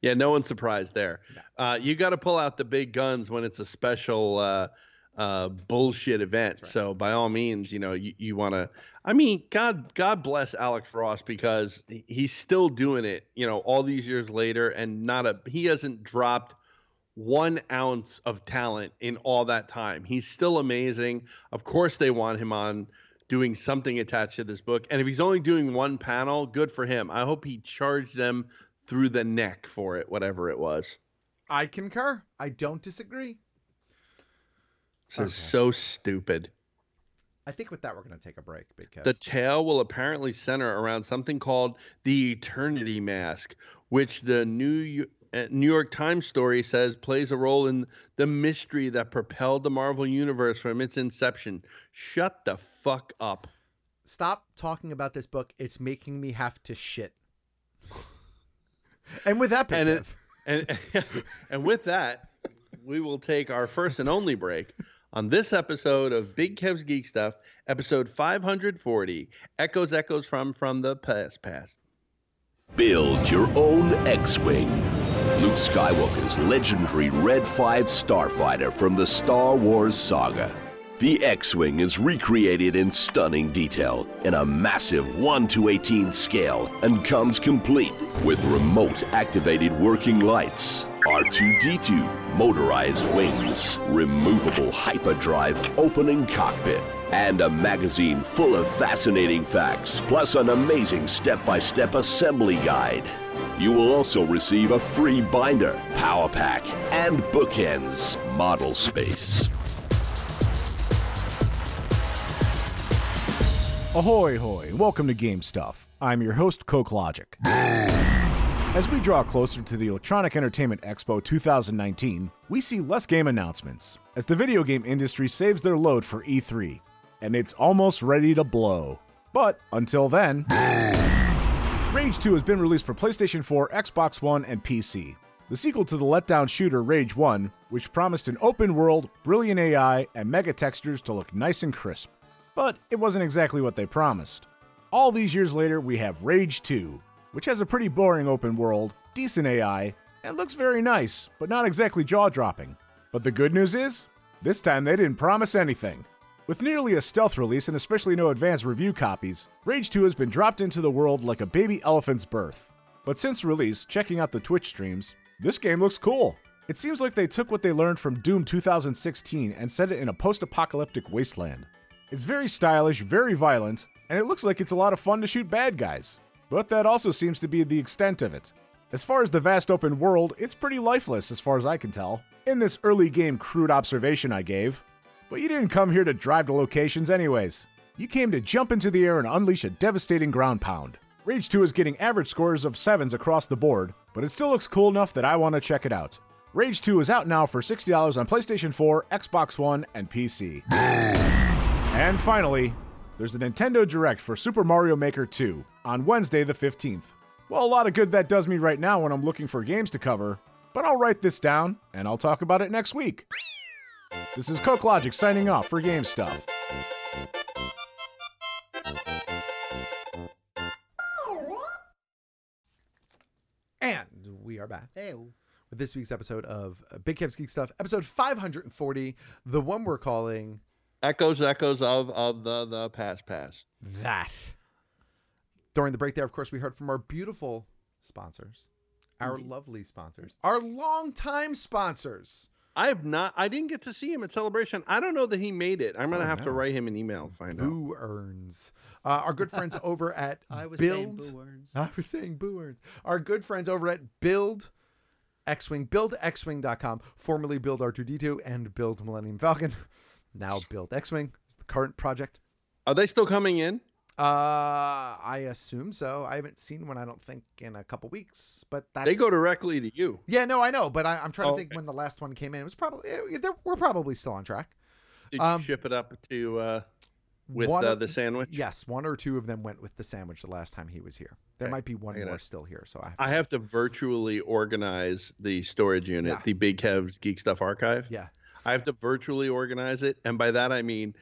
yeah, no one's surprised there. Uh, you got to pull out the big guns when it's a special uh, uh, bullshit event. So by all means, you know you, you want to. I mean, God God bless Alex Ross because he- he's still doing it. You know, all these years later, and not a he hasn't dropped one ounce of talent in all that time. He's still amazing. Of course, they want him on doing something attached to this book. And if he's only doing one panel, good for him. I hope he charged them through the neck for it, whatever it was.
I concur. I don't disagree.
This is so stupid.
I think with that, we're going to take a break, Big Kev.
The tale will apparently center around something called the Eternity Mask, which the New uh, New York Times story says plays a role in the mystery that propelled the Marvel Universe from its inception. Shut the fuck up.
stop talking about this book. It's making me have to shit. and with that,
and, it, and and with that, we will take our first and only break on this episode of Big Kev's Geek Stuff, episode 540, Echoes Echoes from from the Past Past.
Build your own X Wing. Luke Skywalker's legendary Red 5 starfighter from the Star Wars saga. The X Wing is recreated in stunning detail in a massive 1 to 18 scale and comes complete with remote activated working lights, R2D2, motorized wings, removable hyperdrive opening cockpit and a magazine full of fascinating facts, plus an amazing step by step assembly guide. You will also receive a free binder, power pack, and bookends model space.
Ahoy, hoy. Welcome to Game Stuff. I'm your host, Coke Logic. As we draw closer to the Electronic Entertainment Expo 2019, we see less game announcements as the video game industry saves their load for E3, and it's almost ready to blow. But until then, Rage 2 has been released for PlayStation 4, Xbox One, and PC. The sequel to the letdown shooter Rage 1, which promised an open world, brilliant AI, and mega textures to look nice and crisp. But it wasn't exactly what they promised. All these years later, we have Rage 2, which has a pretty boring open world, decent AI, and looks very nice, but not exactly jaw dropping. But the good news is, this time they didn't promise anything. With nearly a stealth release and especially no advanced review copies, Rage 2 has been dropped into the world like a baby elephant's birth. But since release, checking out the Twitch streams, this game looks cool. It seems like they took what they learned from Doom 2016 and set it in a post apocalyptic wasteland. It's very stylish, very violent, and it looks like it's a lot of fun to shoot bad guys. But that also seems to be the extent of it. As far as the vast open world, it's pretty lifeless as far as I can tell, in this early game crude observation I gave. But you didn't come here to drive to locations, anyways. You came to jump into the air and unleash a devastating ground pound. Rage 2 is getting average scores of 7s across the board, but it still looks cool enough that I want to check it out. Rage 2 is out now for $60 on PlayStation 4, Xbox One, and PC. and finally, there's a Nintendo Direct for Super Mario Maker 2 on Wednesday, the 15th. Well, a lot of good that does me right now when I'm looking for games to cover, but I'll write this down and I'll talk about it next week. This is Coke Logic signing off for Game Stuff.
And we are back.
Hey.
With this week's episode of uh, Big Kev's Geek Stuff, episode 540, the one we're calling
Echoes, echoes of of the the past, past.
That. During the break there, of course, we heard from our beautiful sponsors, our lovely sponsors, our longtime sponsors.
I have not. I didn't get to see him at Celebration. I don't know that he made it. I'm gonna
Oh,
have to
no.
write him an email and find out.
Boo earns. Uh, our good friends over at
I was saying
Build.
Boo Earns.
I was saying Boo earns. Our good friends over at Build Xwing, buildxwing.com, formerly Build R2D2 and Build Millennium Falcon. Now Build Xwing is the current project.
Are they still coming in?
Uh, I assume so. I haven't seen one. I don't think in a couple weeks, but that's
They go directly to you.
Yeah, no, I know, but I, I'm trying
Oh,
to think when the last one came in. It was probably eh, there- we're probably still on track.
Did
Um,
you ship it up to uh, with
One
uh,
of-
the sandwich?
Yes, one or two of them went with the sandwich the last time he was here. There
Okay,
might be one
I gotta-
more still here, so I have,
I have to virtually organize the storage unit,
Yeah.
the Big Kev's Geek Stuff Archive.
Yeah.
I have to virtually organize it, and by that I mean,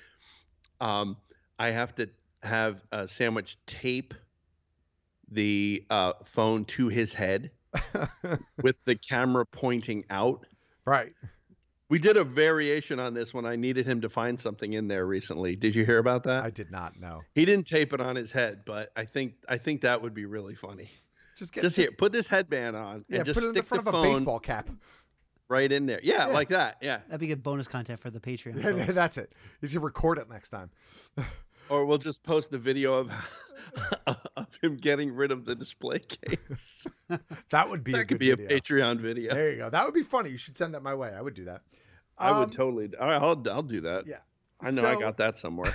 um, I have to have a sandwich tape the uh, phone to his head with the camera pointing out.
Right.
We did a variation on this when I needed him to find something in there recently. Did you hear about that?
I did not know.
He didn't tape it on his head, but I think I think that would be really funny.
Just get
Just, here, put this headband on
yeah,
and just
put it in
stick
the front
the
of a
phone
baseball cap.
right in there. Yeah,
Yeah.
like that. Yeah.
That'd be good bonus content for the Patreon. folks.
That's it. You should record it next time.
Or we'll just post the video of of him getting rid of the display case.
That would be a
that could
good
be a
video.
Patreon video.
There you go. That would be funny. You should send that my way. I would do that.
I would
Um,
totally. All right, I'll I'll do that.
Yeah.
I know I
So-
got that somewhere.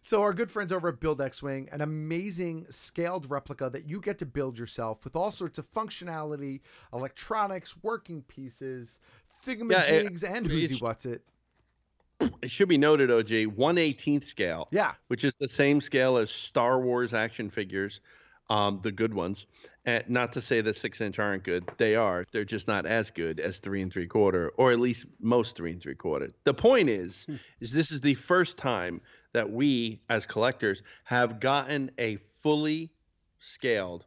So our good friends over at Build X Wing, an amazing scaled replica that you get to build yourself with all sorts of functionality, electronics, working pieces, thingamajigs, and
it's-
whoozy what's it.
it should be noted, OG, 118th scale.
Yeah.
Which is the same scale as Star Wars action figures, um, the good ones. And not to say that six inch aren't good. They are. They're just not as good as three and three quarter, or at least most three and three quarter. The point is, is this is the first time that we as collectors have gotten a fully scaled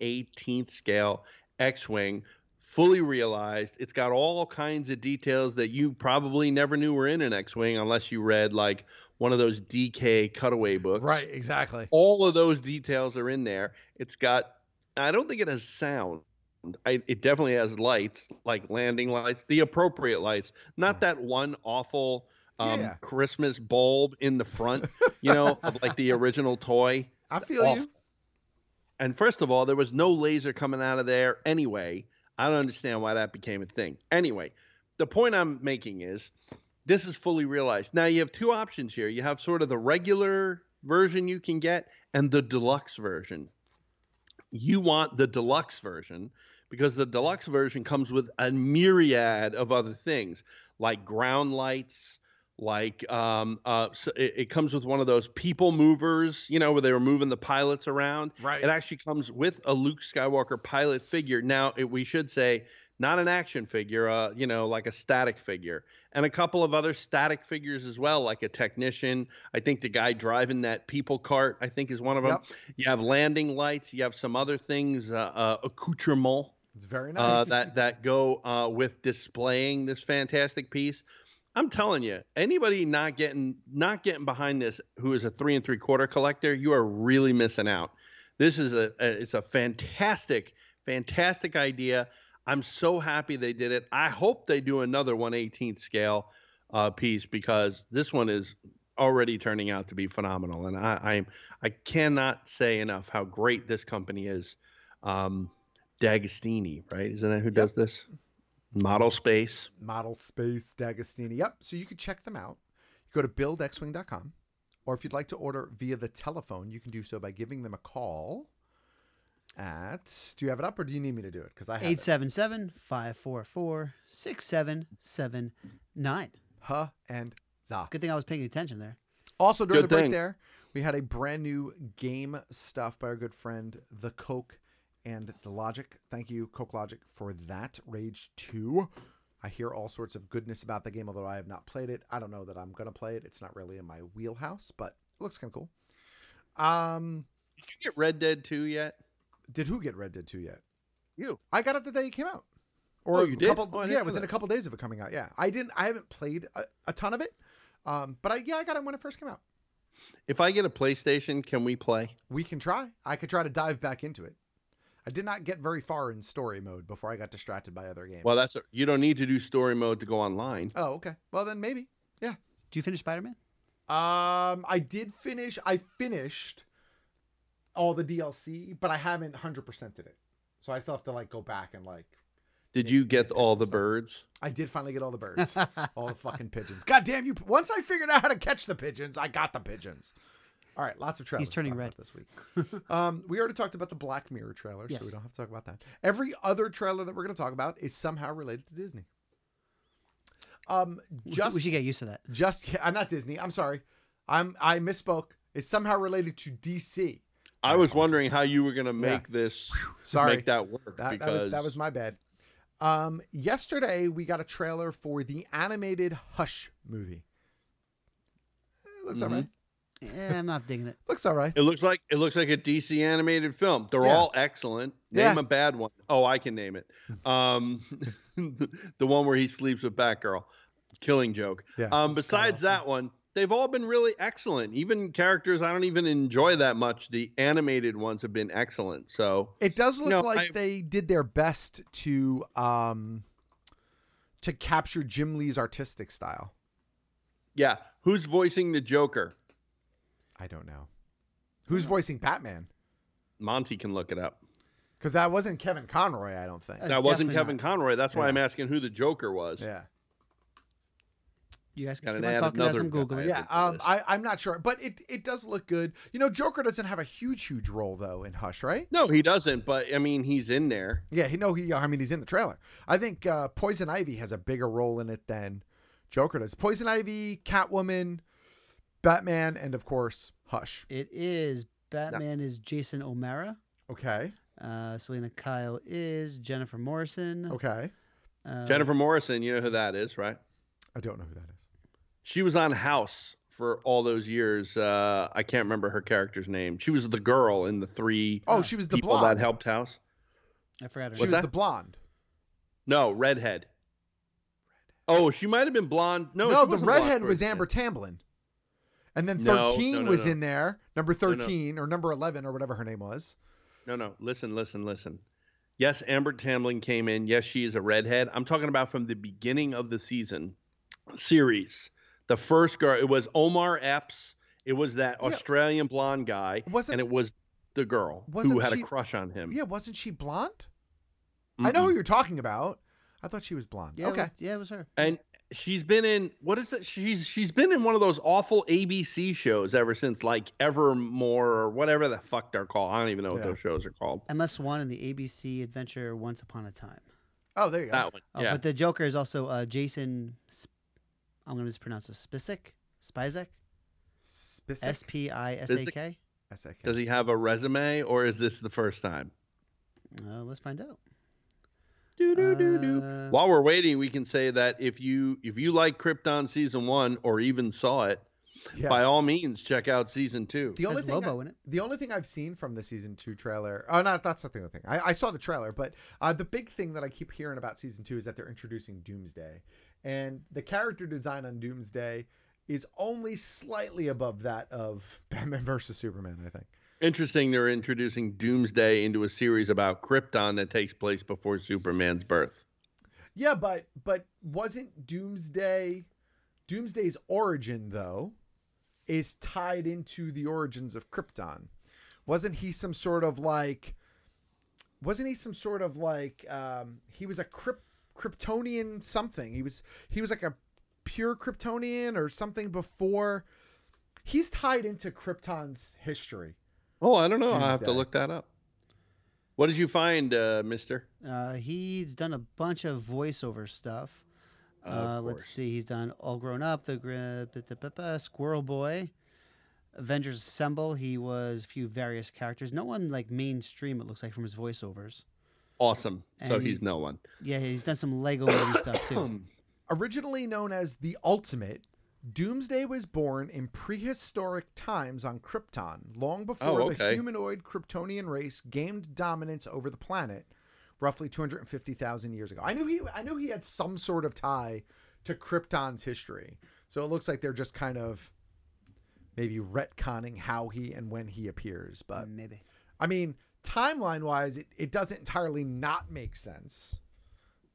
118th scale X-wing fully realized. It's got all kinds of details that you probably never knew were in an X-wing unless you read like one of those DK cutaway books.
Right, exactly.
All of those details are in there. It's got I don't think it has sound. I, it definitely has lights, like landing lights, the appropriate lights, not that one awful um,
Yeah.
Christmas bulb in the front, you know, of like the original toy.
I feel
Awful.
you.
And first of all, there was no laser coming out of there anyway. I don't understand why that became a thing. Anyway, the point I'm making is this is fully realized. Now you have two options here. You have sort of the regular version you can get and the deluxe version. You want the deluxe version because the deluxe version comes with a myriad of other things like ground lights, like um, uh, so it, it comes with one of those people movers, you know, where they were moving the pilots around.
Right.
It actually comes with a Luke Skywalker pilot figure. Now, it, we should say not an action figure, uh, you know, like a static figure, and a couple of other static figures as well, like a technician. I think the guy driving that people cart, I think, is one of them. You have landing lights. You have some other things, uh, uh, accoutrement
It's very
uh,
nice.
that that go uh, with displaying this fantastic piece. I'm telling you, anybody not getting not getting behind this who is a three and three quarter collector, you are really missing out. This is a, a it's a fantastic fantastic idea. I'm so happy they did it. I hope they do another 118th scale uh, piece because this one is already turning out to be phenomenal, and I I'm, I cannot say enough how great this company is. Um, D'Agostini, right? Isn't that who does this? Model Space.
Model Space D'Agostini. Yep. So you can check them out. Go to buildxwing.com. Or if you'd like to order via the telephone, you can do so by giving them a call at. Do you have it up or do you need me to do it? Because I have it.
877 544 6779.
Huh and za.
Good thing I was paying attention there.
Also during
Good
the break
thing.
there, we had a brand new game stuff by our good friend The Coke and The Logic. Thank you, Coke Logic, for that. Rage 2. I hear all sorts of goodness about the game, although I have not played it. I don't know that I'm gonna play it. It's not really in my wheelhouse, but it looks kinda cool. Um
Did you get Red Dead 2 yet?
Did who get Red Dead 2 yet?
You.
I got it the day it came out.
Oh,
Or
you
a
did?
couple-
Oh, I didn't
yeah,
know
within
that.
a couple days of it coming out. Yeah, I didn't. I haven't played a, a ton of it, um, but I yeah, I got it when it first came out.
If I get a PlayStation, can we play?
We can try. I could try to dive back into it. I did not get very far in story mode before I got distracted by other games.
Well, that's a, you don't need to do story mode to go online.
oh, okay. Well, then maybe. Yeah.
Do you finish Spider Man?
Um, I did finish. I finished all the DLC, but I haven't hundred percented it. So I still have to like go back and like.
Did you get all the birds?
I did finally get all the birds, all the fucking pigeons. God damn you! Once I figured out how to catch the pigeons, I got the pigeons. All right, lots of travel.
He's turning red.
this week. um, we already talked about the Black Mirror trailer, so
Yes.
we don't have to talk about that. Every other trailer that we're going to talk about is somehow related to Disney. Um, just
we should get used to that.
Just yeah, uh, not Disney. I'm sorry, I'm I misspoke. It's somehow related to DC.
I was wondering how you were going to make this
Sorry.
make that work
That, that
because
was that was my bad. Um, yesterday we got a trailer for the animated Hush movie. It looks all right.
Mm-hmm.
Yeah, I'm not digging it.
Looks all right.
It looks like it looks like a DC animated film. They're
Yeah.
all excellent. Name
Yeah.
a bad one. Oh, I can name it. Um, the one where he sleeps with Batgirl, Killing Joke.
Yeah,
um, besides that one, they've all been really excellent. Even characters I don't even enjoy that much. The animated ones have been excellent. So
It does look
No,
like
I-
they did their best to um to capture Jim Lee's artistic style.
yeah, who's voicing the Joker?
I don't know. Who's voicing Batman?
Monty can look it up.
Because that wasn't Kevin Conroy, I don't think.
that wasn't Kevin Conroy. That's why
Yeah.
I'm asking who the Joker was.
Yeah.
You guys
Gotta
can keep on
add
talking as
another
I'm Googling.
Yeah, um, I, I'm not sure, but it it does look good. You know, Joker doesn't have a huge, huge role though in Hush, right?
No, he doesn't. But I mean, he's in there.
Yeah, he no, he. I mean, he's in the trailer. I think uh, Poison Ivy has a bigger role in it than Joker does. Poison Ivy, Catwoman, Batman, and of course Hush.
It is Batman is Jason O'Mara.
Okay.
Uh, Selena Kyle is Jennifer Morrison.
Okay.
Uh,
Jennifer Morrison, you know who that is, right?
I don't know who that is.
She was on House for all those years. Uh, I can't remember her character's name. She was the girl in the three.
Ah.
Oh, she was the
people
blonde.
that helped House.
I forgot her
What's
She was
that?
the blonde.
No, redhead. Oh, she might have been blonde. No, she
No, the
wasn't blonde
redhead was
towards the
Amber
end.
Tamblyn. And then
No,
13
no, no,
was
no.
in there, number
No, no.
13 or number 11 or whatever her name was.
No, no. Listen, listen, listen. Yes, Amber Tamblyn came in. Yes, she is a redhead. I'm talking about from the beginning of the season series. The first girl, it was Omar Epps. It was that Australian blonde guy,
Wasn't-
and it was the girl who
wasn't
had
she-
a crush on him.
Yeah, wasn't she blonde? I know who you're talking about. I thought she was blonde.
Yeah, it
okay.
was- yeah, it was her.
And she's been in what is it? She's she's been in one of those awful ABC shows ever since, like Evermore or whatever the fuck they're called. I don't even know what
Yeah.
those shows are called.
Emma Swan in the ABC adventure Once Upon a Time.
Oh, there you
That one.
Uh,
yeah.
But the Joker is also uh, Jason. Sp- I'm going to mispronounce this. Spizak? Spizak?
Spizak?
S P I S A K?
S-A-K.
Does he have a resume or is this the first time?
Uh, let's find out. Uh,
While we're waiting, we can say that if you if you like Krypton season one or even saw it,
Yeah.
by all means check out season two.
The only thing I, The only thing I've seen from the season two trailer. Oh, no, that's not the only thing. I, I saw the trailer, but uh, the big thing that I keep hearing about season two is that they're introducing Doomsday, and the character design on Doomsday is only slightly above that of Batman versus Superman. I think.
Interesting, they're introducing Doomsday into a series about Krypton that takes place before Superman's birth.
Yeah, but but wasn't Doomsday Doomsday's origin though is tied into the origins of Krypton. Wasn't he some sort of like wasn't he some sort of like um he was a Kryp- Kryptonian something. He was he was like a pure Kryptonian or something before he's tied into Krypton's history.
Oh, I don't know. I have to
Doomsday.
look that up. What did you find, uh, Mister?
Uh, he's done a bunch of voiceover stuff. Uh, let's see. He's done All Grown Up, The Gri- b- b- b- b- Squirrel Boy, Avengers Assemble. He was a few various characters. No one like mainstream. It looks like from his voiceovers.
Awesome. so
And he-
he's no one.
Yeah, he's done some Lego movie stuff too.
Originally known as the Ultimate, Doomsday was born in prehistoric times on Krypton, long before the
okay.
humanoid Kryptonian race gained dominance over the planet, roughly 250,000 years ago. I knew he I knew he had some sort of tie to Krypton's history. So it looks like they're just kind of maybe retconning how he and when he appears, but
maybe.
I mean, timeline-wise, it, it doesn't entirely not make sense.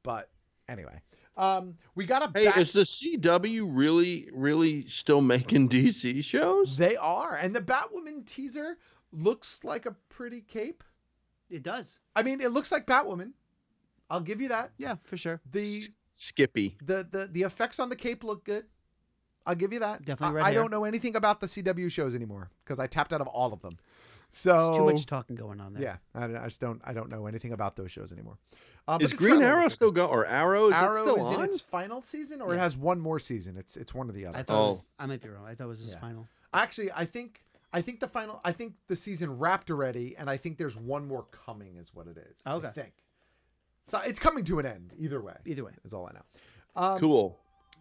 But anyway, um, we got a
Hey,
back-
is the CW really, really still making DC shows?
They are. And the Batwoman teaser looks like a pretty cape.
It does.
I mean, it looks like Batwoman. I'll give you that.
Yeah, for sure.
The
Skippy.
the the, the effects on the cape look good. I'll give you that.
Definitely
I,
red
I don't
hair.
know anything about the CW shows anymore because I tapped out of all of them. So
There's too much talking going on there.
Oh. Yeah, I, don't, I just don't. I don't know anything about those shows anymore. Um,
is
but the
Green
trailer
Arrow
looked
still go or Arrow?
Oh,
Is
good.
it
Arrow
still
is
on?
in its final season, or it
Yeah.
has one more season. It's it's one or the other.
I thought it was, I might be wrong. I thought it was his
Yeah.
final.
Actually, I think I think the final I think the season wrapped already, and I think there's one more coming is what it is. I
Okay.
think. So it's coming to an end either way.
Either way.
Is all I know. Um,
Cool.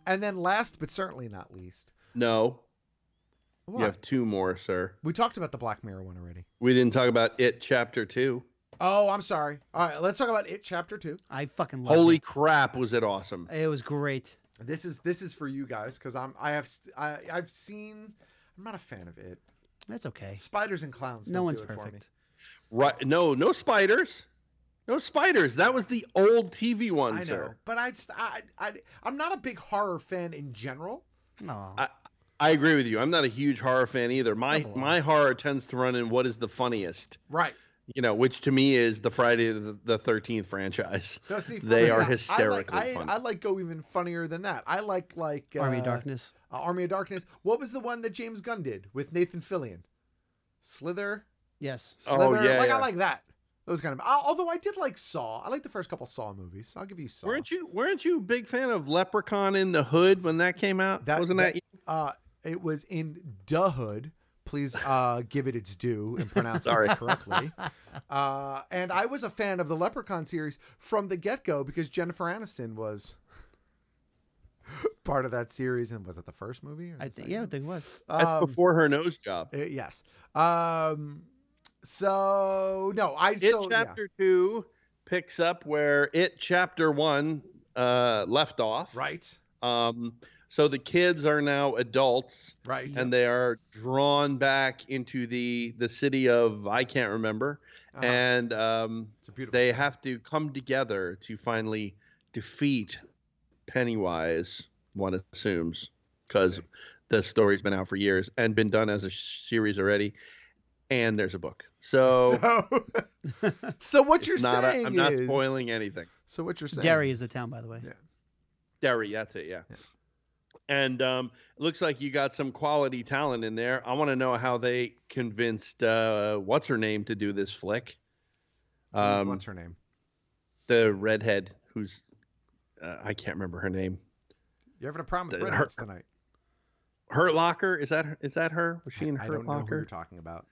And then last but certainly not least,
No.
What?
You have two more, sir.
we talked about the Black Mirror one already.
We didn't talk about it chapter two.
Oh, I'm sorry. All right, let's talk about it chapter 2.
I fucking love
Holy
it.
crap, was it awesome.
It was great.
This is this is for you guys cuz I'm I have st- I I've seen I'm not a fan of it.
That's okay.
Spiders and clowns.
No
don't
one's
do it For me.
perfect.
Right no, no spiders. No spiders. That was the old TV one,
I know,
sir.
but I just I, I I'm not a big horror fan in general.
No.
I, I agree with you. I'm not a huge horror fan either. My my horror tends to run in what is the funniest.
Right.
You know, which to me is the Friday the the thirteenth franchise.
No, see, for me,
they are
I-
hysterically
I like,
funny.
I, I like go even funnier than that. I like like uh,
Army of Darkness.
uh, Army of Darkness. What was the one that James Gunn did with Nathan Fillion? Slither.
Yes.
Oh,
Slither.
yeah,
like
yeah.
I like that. Those kind of. al- although I did like Saw. I like the first couple Saw movies. I'll give you Saw.
weren't you weren't you a big fan of Leprechaun in the Hood when that came out?
That
Wasn't that,
Uh, it was in Da Hood. Please uh, give it its due and pronounce
Sorry.
it correctly. Uh, and I was a fan of the Leprechaun series from the get go because Jennifer Aniston was part of that series. And was it the first movie? Or the
I think.
second
Yeah, I
one?
think it was.
that's
Um,
before her nose job?
uh, yes. Um, so no, I
It
so yeah.
chapter two picks up where it chapter one uh, left off.
right,
Um, so the kids are now adults,
right,
and they are drawn back into the the city of I can't remember,
Uh-huh.
and um,
it's a beautiful.
they
show.
have to come together to finally defeat Pennywise. One assumes because
See.
the story's been out for years and been done as a series already, and there's a book. So.
So, so what you're
It's not a-
saying
I'm not
is
spoiling anything.
So what you're saying?
Derry is the town, by the way.
Yeah.
Derry, that's it, yeah. And um, looks like you got some quality talent in there. I want to know how they convinced uh, what's her name to do this flick.
Who's-
Um,
what's her name?
the redhead who's uh, I can't remember her name.
You're having a problem with
the- her-
redheads tonight.
Hurt Locker is that her, is that her? Was she in
I
Hurt
don't know who you're
Locker?
talking about.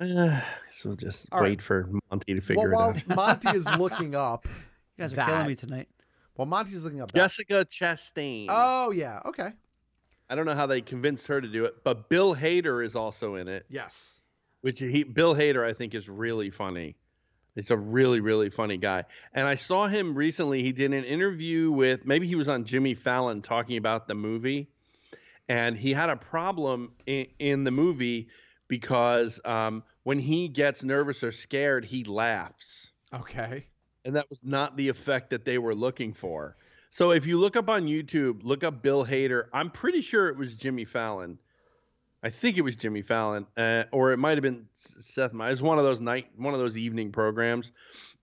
Uh, so we'll just
All
wait
right.
for Monty to figure
well,
it out.
while Monty is looking up,
You guys are
that,
killing me tonight.
While Monty's looking up, that-
Jessica Chastain.
oh yeah, okay,
I don't know how they convinced her to do it, but Bill Hader is also in it.
yes,
which he Bill Hader I think is really funny. He's a really really funny guy, and I saw him recently. He did an interview with maybe he was on Jimmy Fallon talking about the movie, and he had a problem in, in the movie because um, when he gets nervous or scared, he laughs
okay,
and that was not the effect that they were looking for. So if you look up on YouTube, look up Bill Hader. I'm pretty sure it was Jimmy Fallon. I think it was Jimmy Fallon, uh, or it might have been S- Seth. Meyers. It's one of those night, one of those evening programs,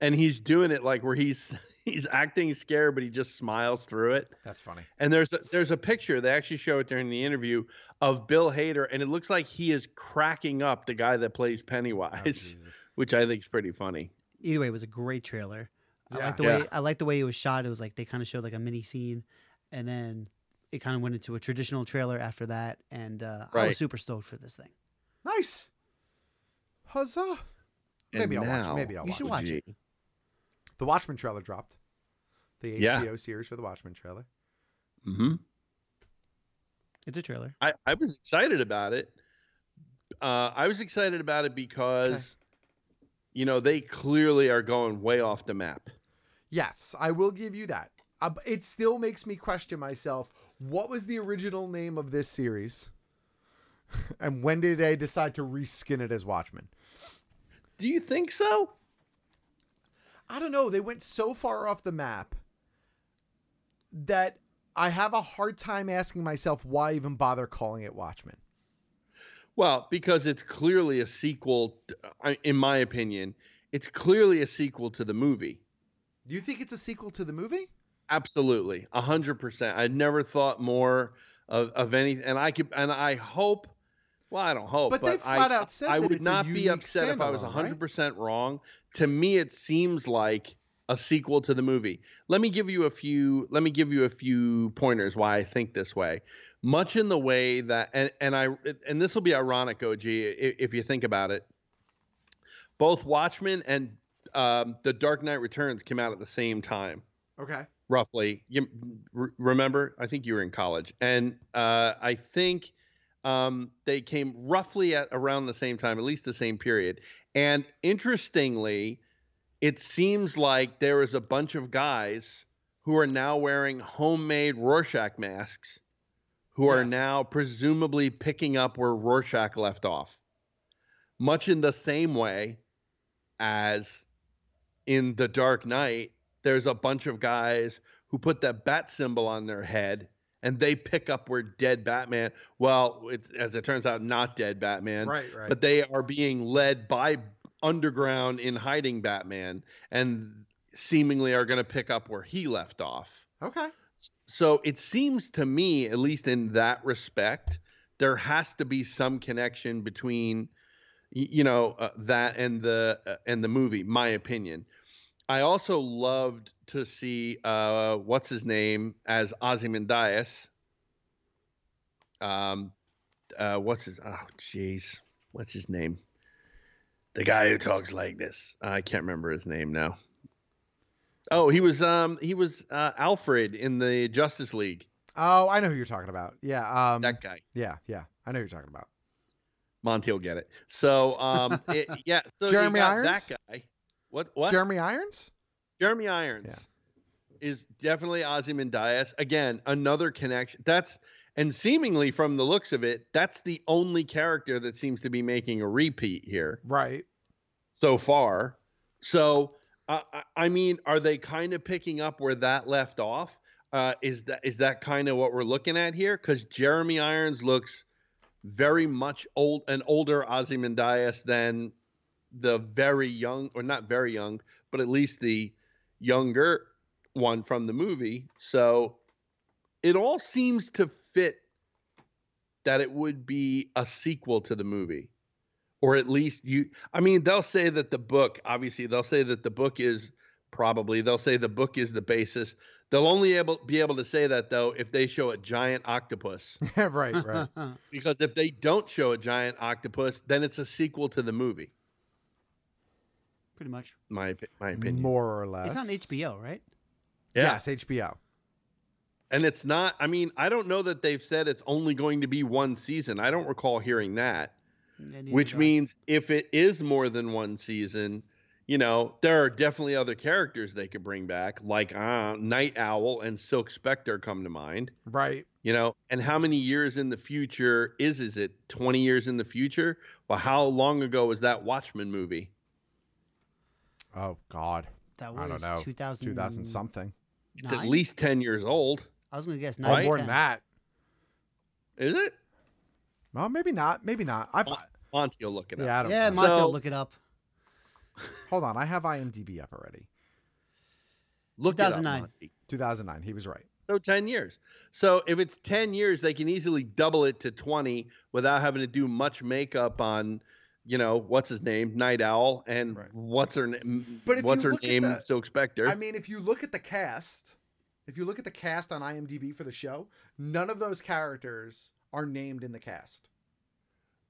and he's doing it like where he's he's acting scared, but he just smiles through it.
that's funny.
And there's a, there's a picture they actually show it during the interview of Bill Hader, and it looks like he is cracking up the guy that plays Pennywise,
Oh, Jesus.
which I think is pretty funny.
either way, it was a great trailer. I
Yeah.
like the
Yeah.
way I like the way it was shot. It was like they kind of showed like a mini scene, and then it kind of went into a traditional trailer after that. And uh, I
Right.
was super stoked for this thing.
Nice. Huzzah. maybe
And
I'll
now,
watch. Maybe I'll
you
watch.
should watch
Gee.
it.
The Watchmen trailer dropped. The HBO
Yeah.
series for the Watchmen trailer.
Mm-hmm.
It's a trailer.
I, I was excited about it. Uh, I was excited about it because, you know, they clearly are going way off the map.
Yes, I will give you that. Uh, but it still makes me question myself. What was the original name of this series? and when did they decide to reskin it as Watchmen?
Do you think so?
I don't know. They went so far off the map that I have a hard time asking myself why even bother calling it Watchmen.
Well, because it's clearly a sequel, t- I- in my opinion, it's clearly a sequel to the movie.
Do you think it's a sequel to the movie?
Absolutely, a hundred percent. I never thought more of, of any, and I could, and I hope. Well, I don't hope,
But
but,
they flat
I,
out said
I
that
would
it's a
not be
unique
upset if I was
standalone, right?
hundred percent wrong. To me, it seems like a sequel to the movie. Let me give you a few. Let me give you a few pointers why I think this way. Much in the way that, and and I, and this will be ironic, OG, i- if you think about it. Both Watchmen and um, The Dark Knight Returns came out at the same time
Okay.
roughly. You r- remember? I think you were in college, and uh, I think um, they came roughly at around the same time, at least the same period. And interestingly, it seems like there is a bunch of guys who are now wearing homemade Rorschach masks, who are now presumably picking up where Rorschach left off, much in the same way as in The Dark Knight, there's a bunch of guys who put that bat symbol on their head and they pick up where dead Batman, well, it's, as it turns out, not dead Batman.
Right, right.
But they are being led by underground in hiding Batman and seemingly are going to pick up where he left off.
Okay.
So it seems to me, at least in that respect, there has to be some connection between, y- you know, uh, that and the uh, and the movie. My opinion. I also loved to see uh, what's his name as Ozymandias. Um, uh, what's his? Oh, jeez, what's his name? The guy who talks like this. I can't remember his name now. Oh, he was um he was uh, Alfred in the Justice League.
Oh, I know who you're talking about. Yeah. Um,
That guy.
Yeah, yeah. I know who you're talking about.
Monty will get it. So um it, yeah, so you
Jeremy
got
Irons?
that guy. What what
Jeremy Irons?
Jeremy Irons is definitely Ozymandias. Again, another connection. That's and seemingly from the looks of it, that's the only character that seems to be making a repeat here.
Right.
So far. So I I- I mean, are they kind of picking up where that left off? Uh, is that is that kind of what we're looking at here? Because Jeremy Irons looks very much old, an older Ozymandias than the very young, or not very young, but at least the younger one from the movie. So it all seems to fit that it would be a sequel to the movie. Or at least you I mean, they'll say that the book, obviously they'll say that the book is probably they'll say the book is the basis. They'll only able be able to say that though if they show a giant octopus.
right, right.
because if they don't show a giant octopus, then it's a sequel to the movie.
Pretty much.
My opi- my opinion.
More or less.
It's on HBO, right?
Yeah.
Yes, HBO.
And it's not, I mean, I don't know that they've said it's only going to be one season. I don't recall hearing that, which
uh,
means if it is more than one season, you know, there are definitely other characters they could bring back, like uh, Night Owl and Silk Spectre come to mind,
Right.
you know. And how many years in the future is is it? 20 years in the future? Well, how long ago was that Watchmen movie?
Oh God.
That
I don't
was
know.
2000
2000 something.
It's at
Nine?
least 10 years old.
I was gonna guess
Oh,
nine.
more than that.
Is it?
Well, maybe not. Maybe not. I've
Monty will look it up.
yeah, I don't
Yeah,
know.
Monty will look it up.
Hold on, I have IMDb up already.
Look it up,
2009.
Monty.
2009. He was right.
So 10 years. So if it's 10 years, they can easily double it to 20 without having to do much makeup on you know what's his name, Night Owl, and what's her name?
But if
what's
you
her
look at
name,
the-
Silk Spectre.
I mean, if you look at the cast, if you look at the cast on IMDb for the show, none of those characters are named in the cast.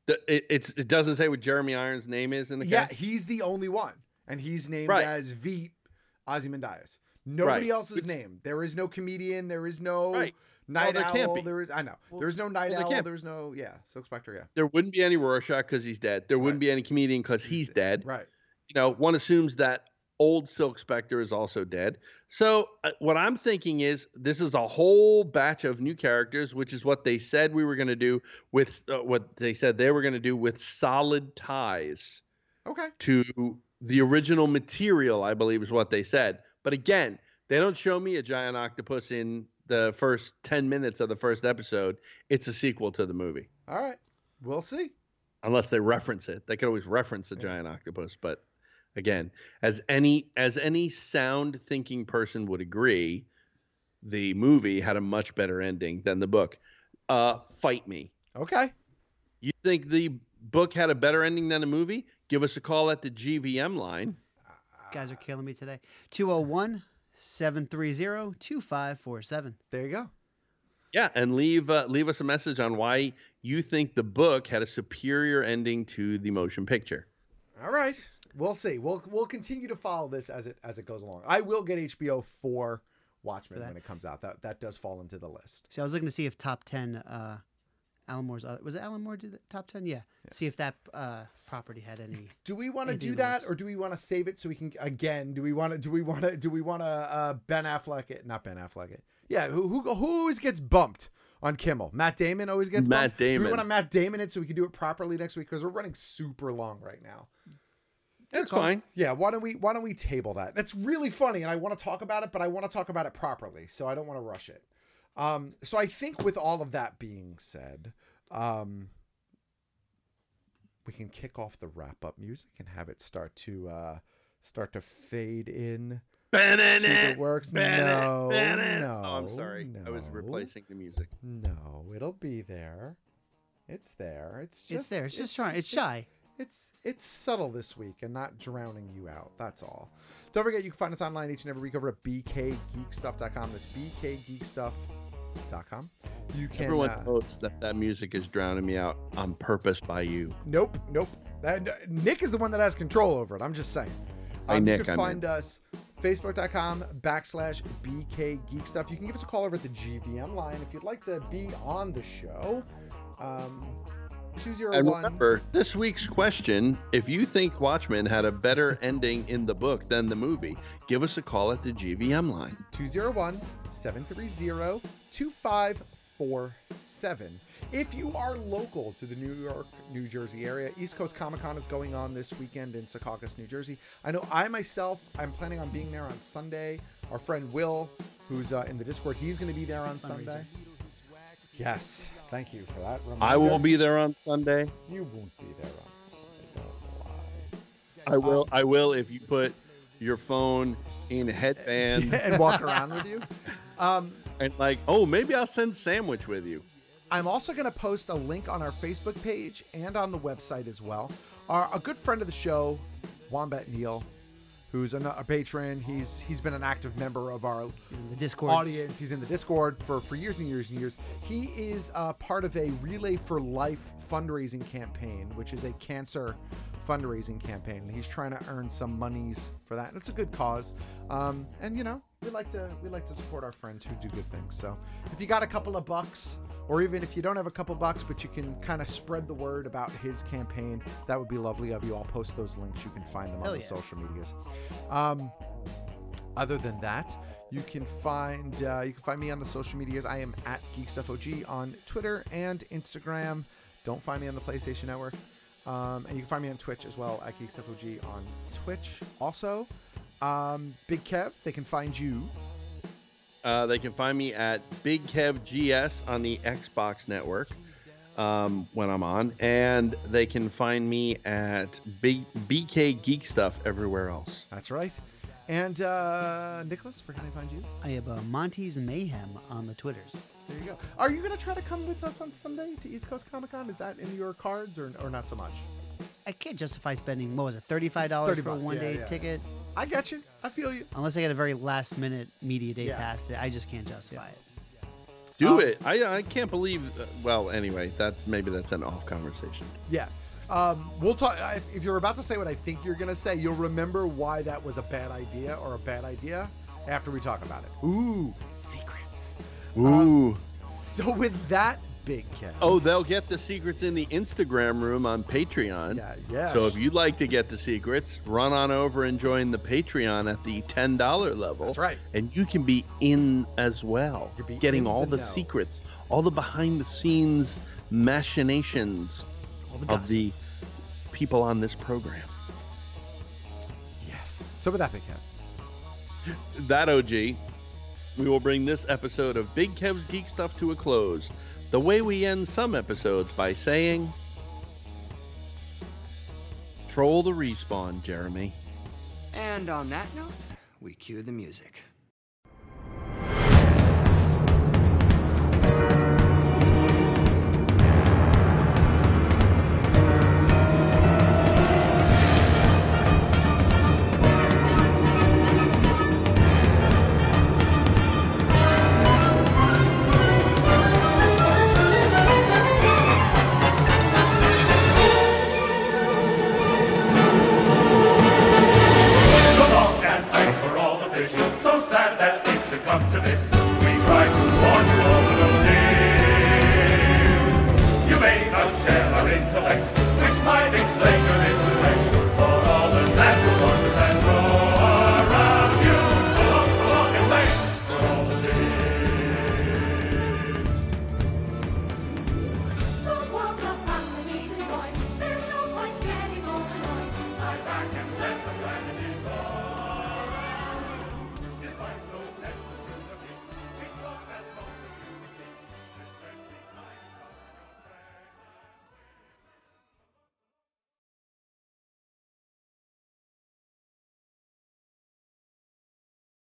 The- it, it's it doesn't say what Jeremy Irons' name is in the
yeah,
cast.
he's the only one, and he's named
Right.
as Veep Ozymandias. Nobody
Right.
else is named. There is no comedian. There is no
Right.
night
there can't
owl.
be.
There is I know. there is no night
well, there
owl.
can't be.
There is no yeah. Silk Spectre. Yeah.
There wouldn't be any Rorschach because he's dead. There wouldn't be any comedian because he's dead.
Right.
You know, one assumes that old Silk Spectre is also dead. So uh, what I'm thinking is this is a whole batch of new characters, which is what they said we were going to do with uh, what they said they were going to do with solid ties
Okay.
to the original material, I believe is what they said. But again, they don't show me a giant octopus in the first 10 minutes of the first episode. It's a sequel to the movie.
All right. We'll see.
Unless they reference it. They could always reference a giant octopus, but again, as any as any sound thinking person would agree, the movie had a much better ending than the book. Uh fight me.
Okay.
You think the book had a better ending than the movie? Give us a call at the GVM line.
guys are killing me today. 201 730 2547.
There you go.
Yeah, and leave uh, leave us a message on why you think the book had a superior ending to the motion picture.
All right. We'll see. We'll we'll continue to follow this as it as it goes along. I will get HBO for Watchmen when it comes out. That that does fall into the list.
See, I was looking to see if top 10 uh, Alan Moore's. Other, was it Alan Moore did the top 10? Yeah. See if that uh, property had any.
Do we want to
Anything
do
in the
that, or do we want to save it so we can again? Do we want to? Do we want to? Do we want to? Uh, ben Affleck it? Not Ben Affleck it. Yeah. Who who who always gets bumped on Kimmel? Matt Damon always gets
Matt
bumped. Do we
Damon.
want to Matt Damon it so we can do it properly next week? Because we're running super long right now.
That's
Call-
fine.
Yeah, why don't we why don't we table that? That's really funny, and I want to talk about it, but I want to talk about it properly, so I don't want to rush it. Um, so I think with all of that being said, um, we can kick off the wrap up music and have it start to uh, start to fade in. to the works. no, no.
Oh, I'm sorry. I was
no.
replacing the music.
No, it'll be there. It's there. It's
It's
just
there. It's just trying- it's shy.
It's, it's subtle this week and not drowning you out. That's all. Don't forget you can find us online each and every week over at bkgeekstuff.com. That's bkgeekstuff.com. You can
Everyone
uh,
knows that that music is drowning me out on purpose by you.
Nope, nope. That- Nick is the one that has control over it. I'm just saying. Um,
Hey,
you
Nick,
can
I
find us facebook.com backslash BK Geek Stuff. You can give us a call over at the GVM line if you'd like to be on the show. Um, 201.
And remember, this week's question: If you think Watchmen had a better ending in the book than the movie, give us a call at the GVM line.
201 730 2547. If you are local to the New York, New Jersey area, East Coast Comic Con is going on this weekend in Secaucus, New Jersey. I know I myself, I'm planning on being there on Sunday. Our friend Will, who's uh, in the Discord, he's going to be there on Sunday. Yes, thank you for that. Reminder.
I will be there on Sunday.
You won't be there on Sunday. Don't lie. Uh,
I will. I will if you put your phone in a headband
and walk around with you. Um,
and like, oh, maybe I'll send sandwich with you.
I'm also going to post a link on our Facebook page and on the website as well. Our, a good friend of the show, Wombat Neil, who's an, a patron. He's he's been an active member of our
in the Discords.
audience. He's in the Discord for for years and years and years. He is uh, part of a Relay for Life fundraising campaign, which is a cancer fundraising campaign, and he's trying to earn some monies for that. And it's a good cause. Um, and you know, we like to we like to support our friends who do good things. So if you got a couple of bucks, or even if you don't have a couple bucks, but you can kind of spread the word about his campaign, that would be lovely of you. I'll post those links. You can find them
Hell
on the
yeah.
social medias. Um, other than that you can find uh, you can find me on the social medias i am at geekstuffog on twitter and instagram don't find me on the playstation network um, and you can find me on twitch as well at geekstuffog on twitch also um, big kev they can find you
Uh, they can find me at Big Kev GS on the Xbox Network um, when I'm on, and they can find me at Big BK Geek Stuff everywhere else.
that's right and uh, nicholas where can they find you
I have uh, Monty's Mayhem on the Twitters.
there you go are you going to try to come with us on sunday to east coast comic con is that in your cards or, or not so much
I can't justify spending what was it, thirty five dollars
30
for a
bucks,
one
yeah,
day
yeah.
ticket?
I got you. I feel you.
Unless I get a very last minute media day
Yeah.
pass, that I just can't justify it.
Do it. I I can't believe. uh, well, anyway, that maybe that's an off conversation.
Yeah. Um, we'll talk. If, if you're about to say what I think you're going to say, you'll remember why that was a bad idea or a bad idea after we talk about it. Ooh, secrets.
Ooh.
So, with that, Big Kev.
Oh, they'll get the secrets in the Instagram room on Patreon. Yeah,
yes.
So if you'd like to get the secrets, run on over and join the Patreon at the ten dollar level. That's
right.
And you can be in as well, getting
in
all the
the know.
secrets, all the behind the scenes machinations
the
of the people on this program.
Yes. So, with that, Big Kev.
that OG, we will bring this episode of Big Kev's Geek Stuff to a close. The way we end some episodes by saying, Troll the respawn, Jeremy.
And on that note, we cue the music.
So long and thanks for all the fishing. So sad that it should come to this. We tried to warn you all, but oh dear. You may not share our intellect, which might explain your this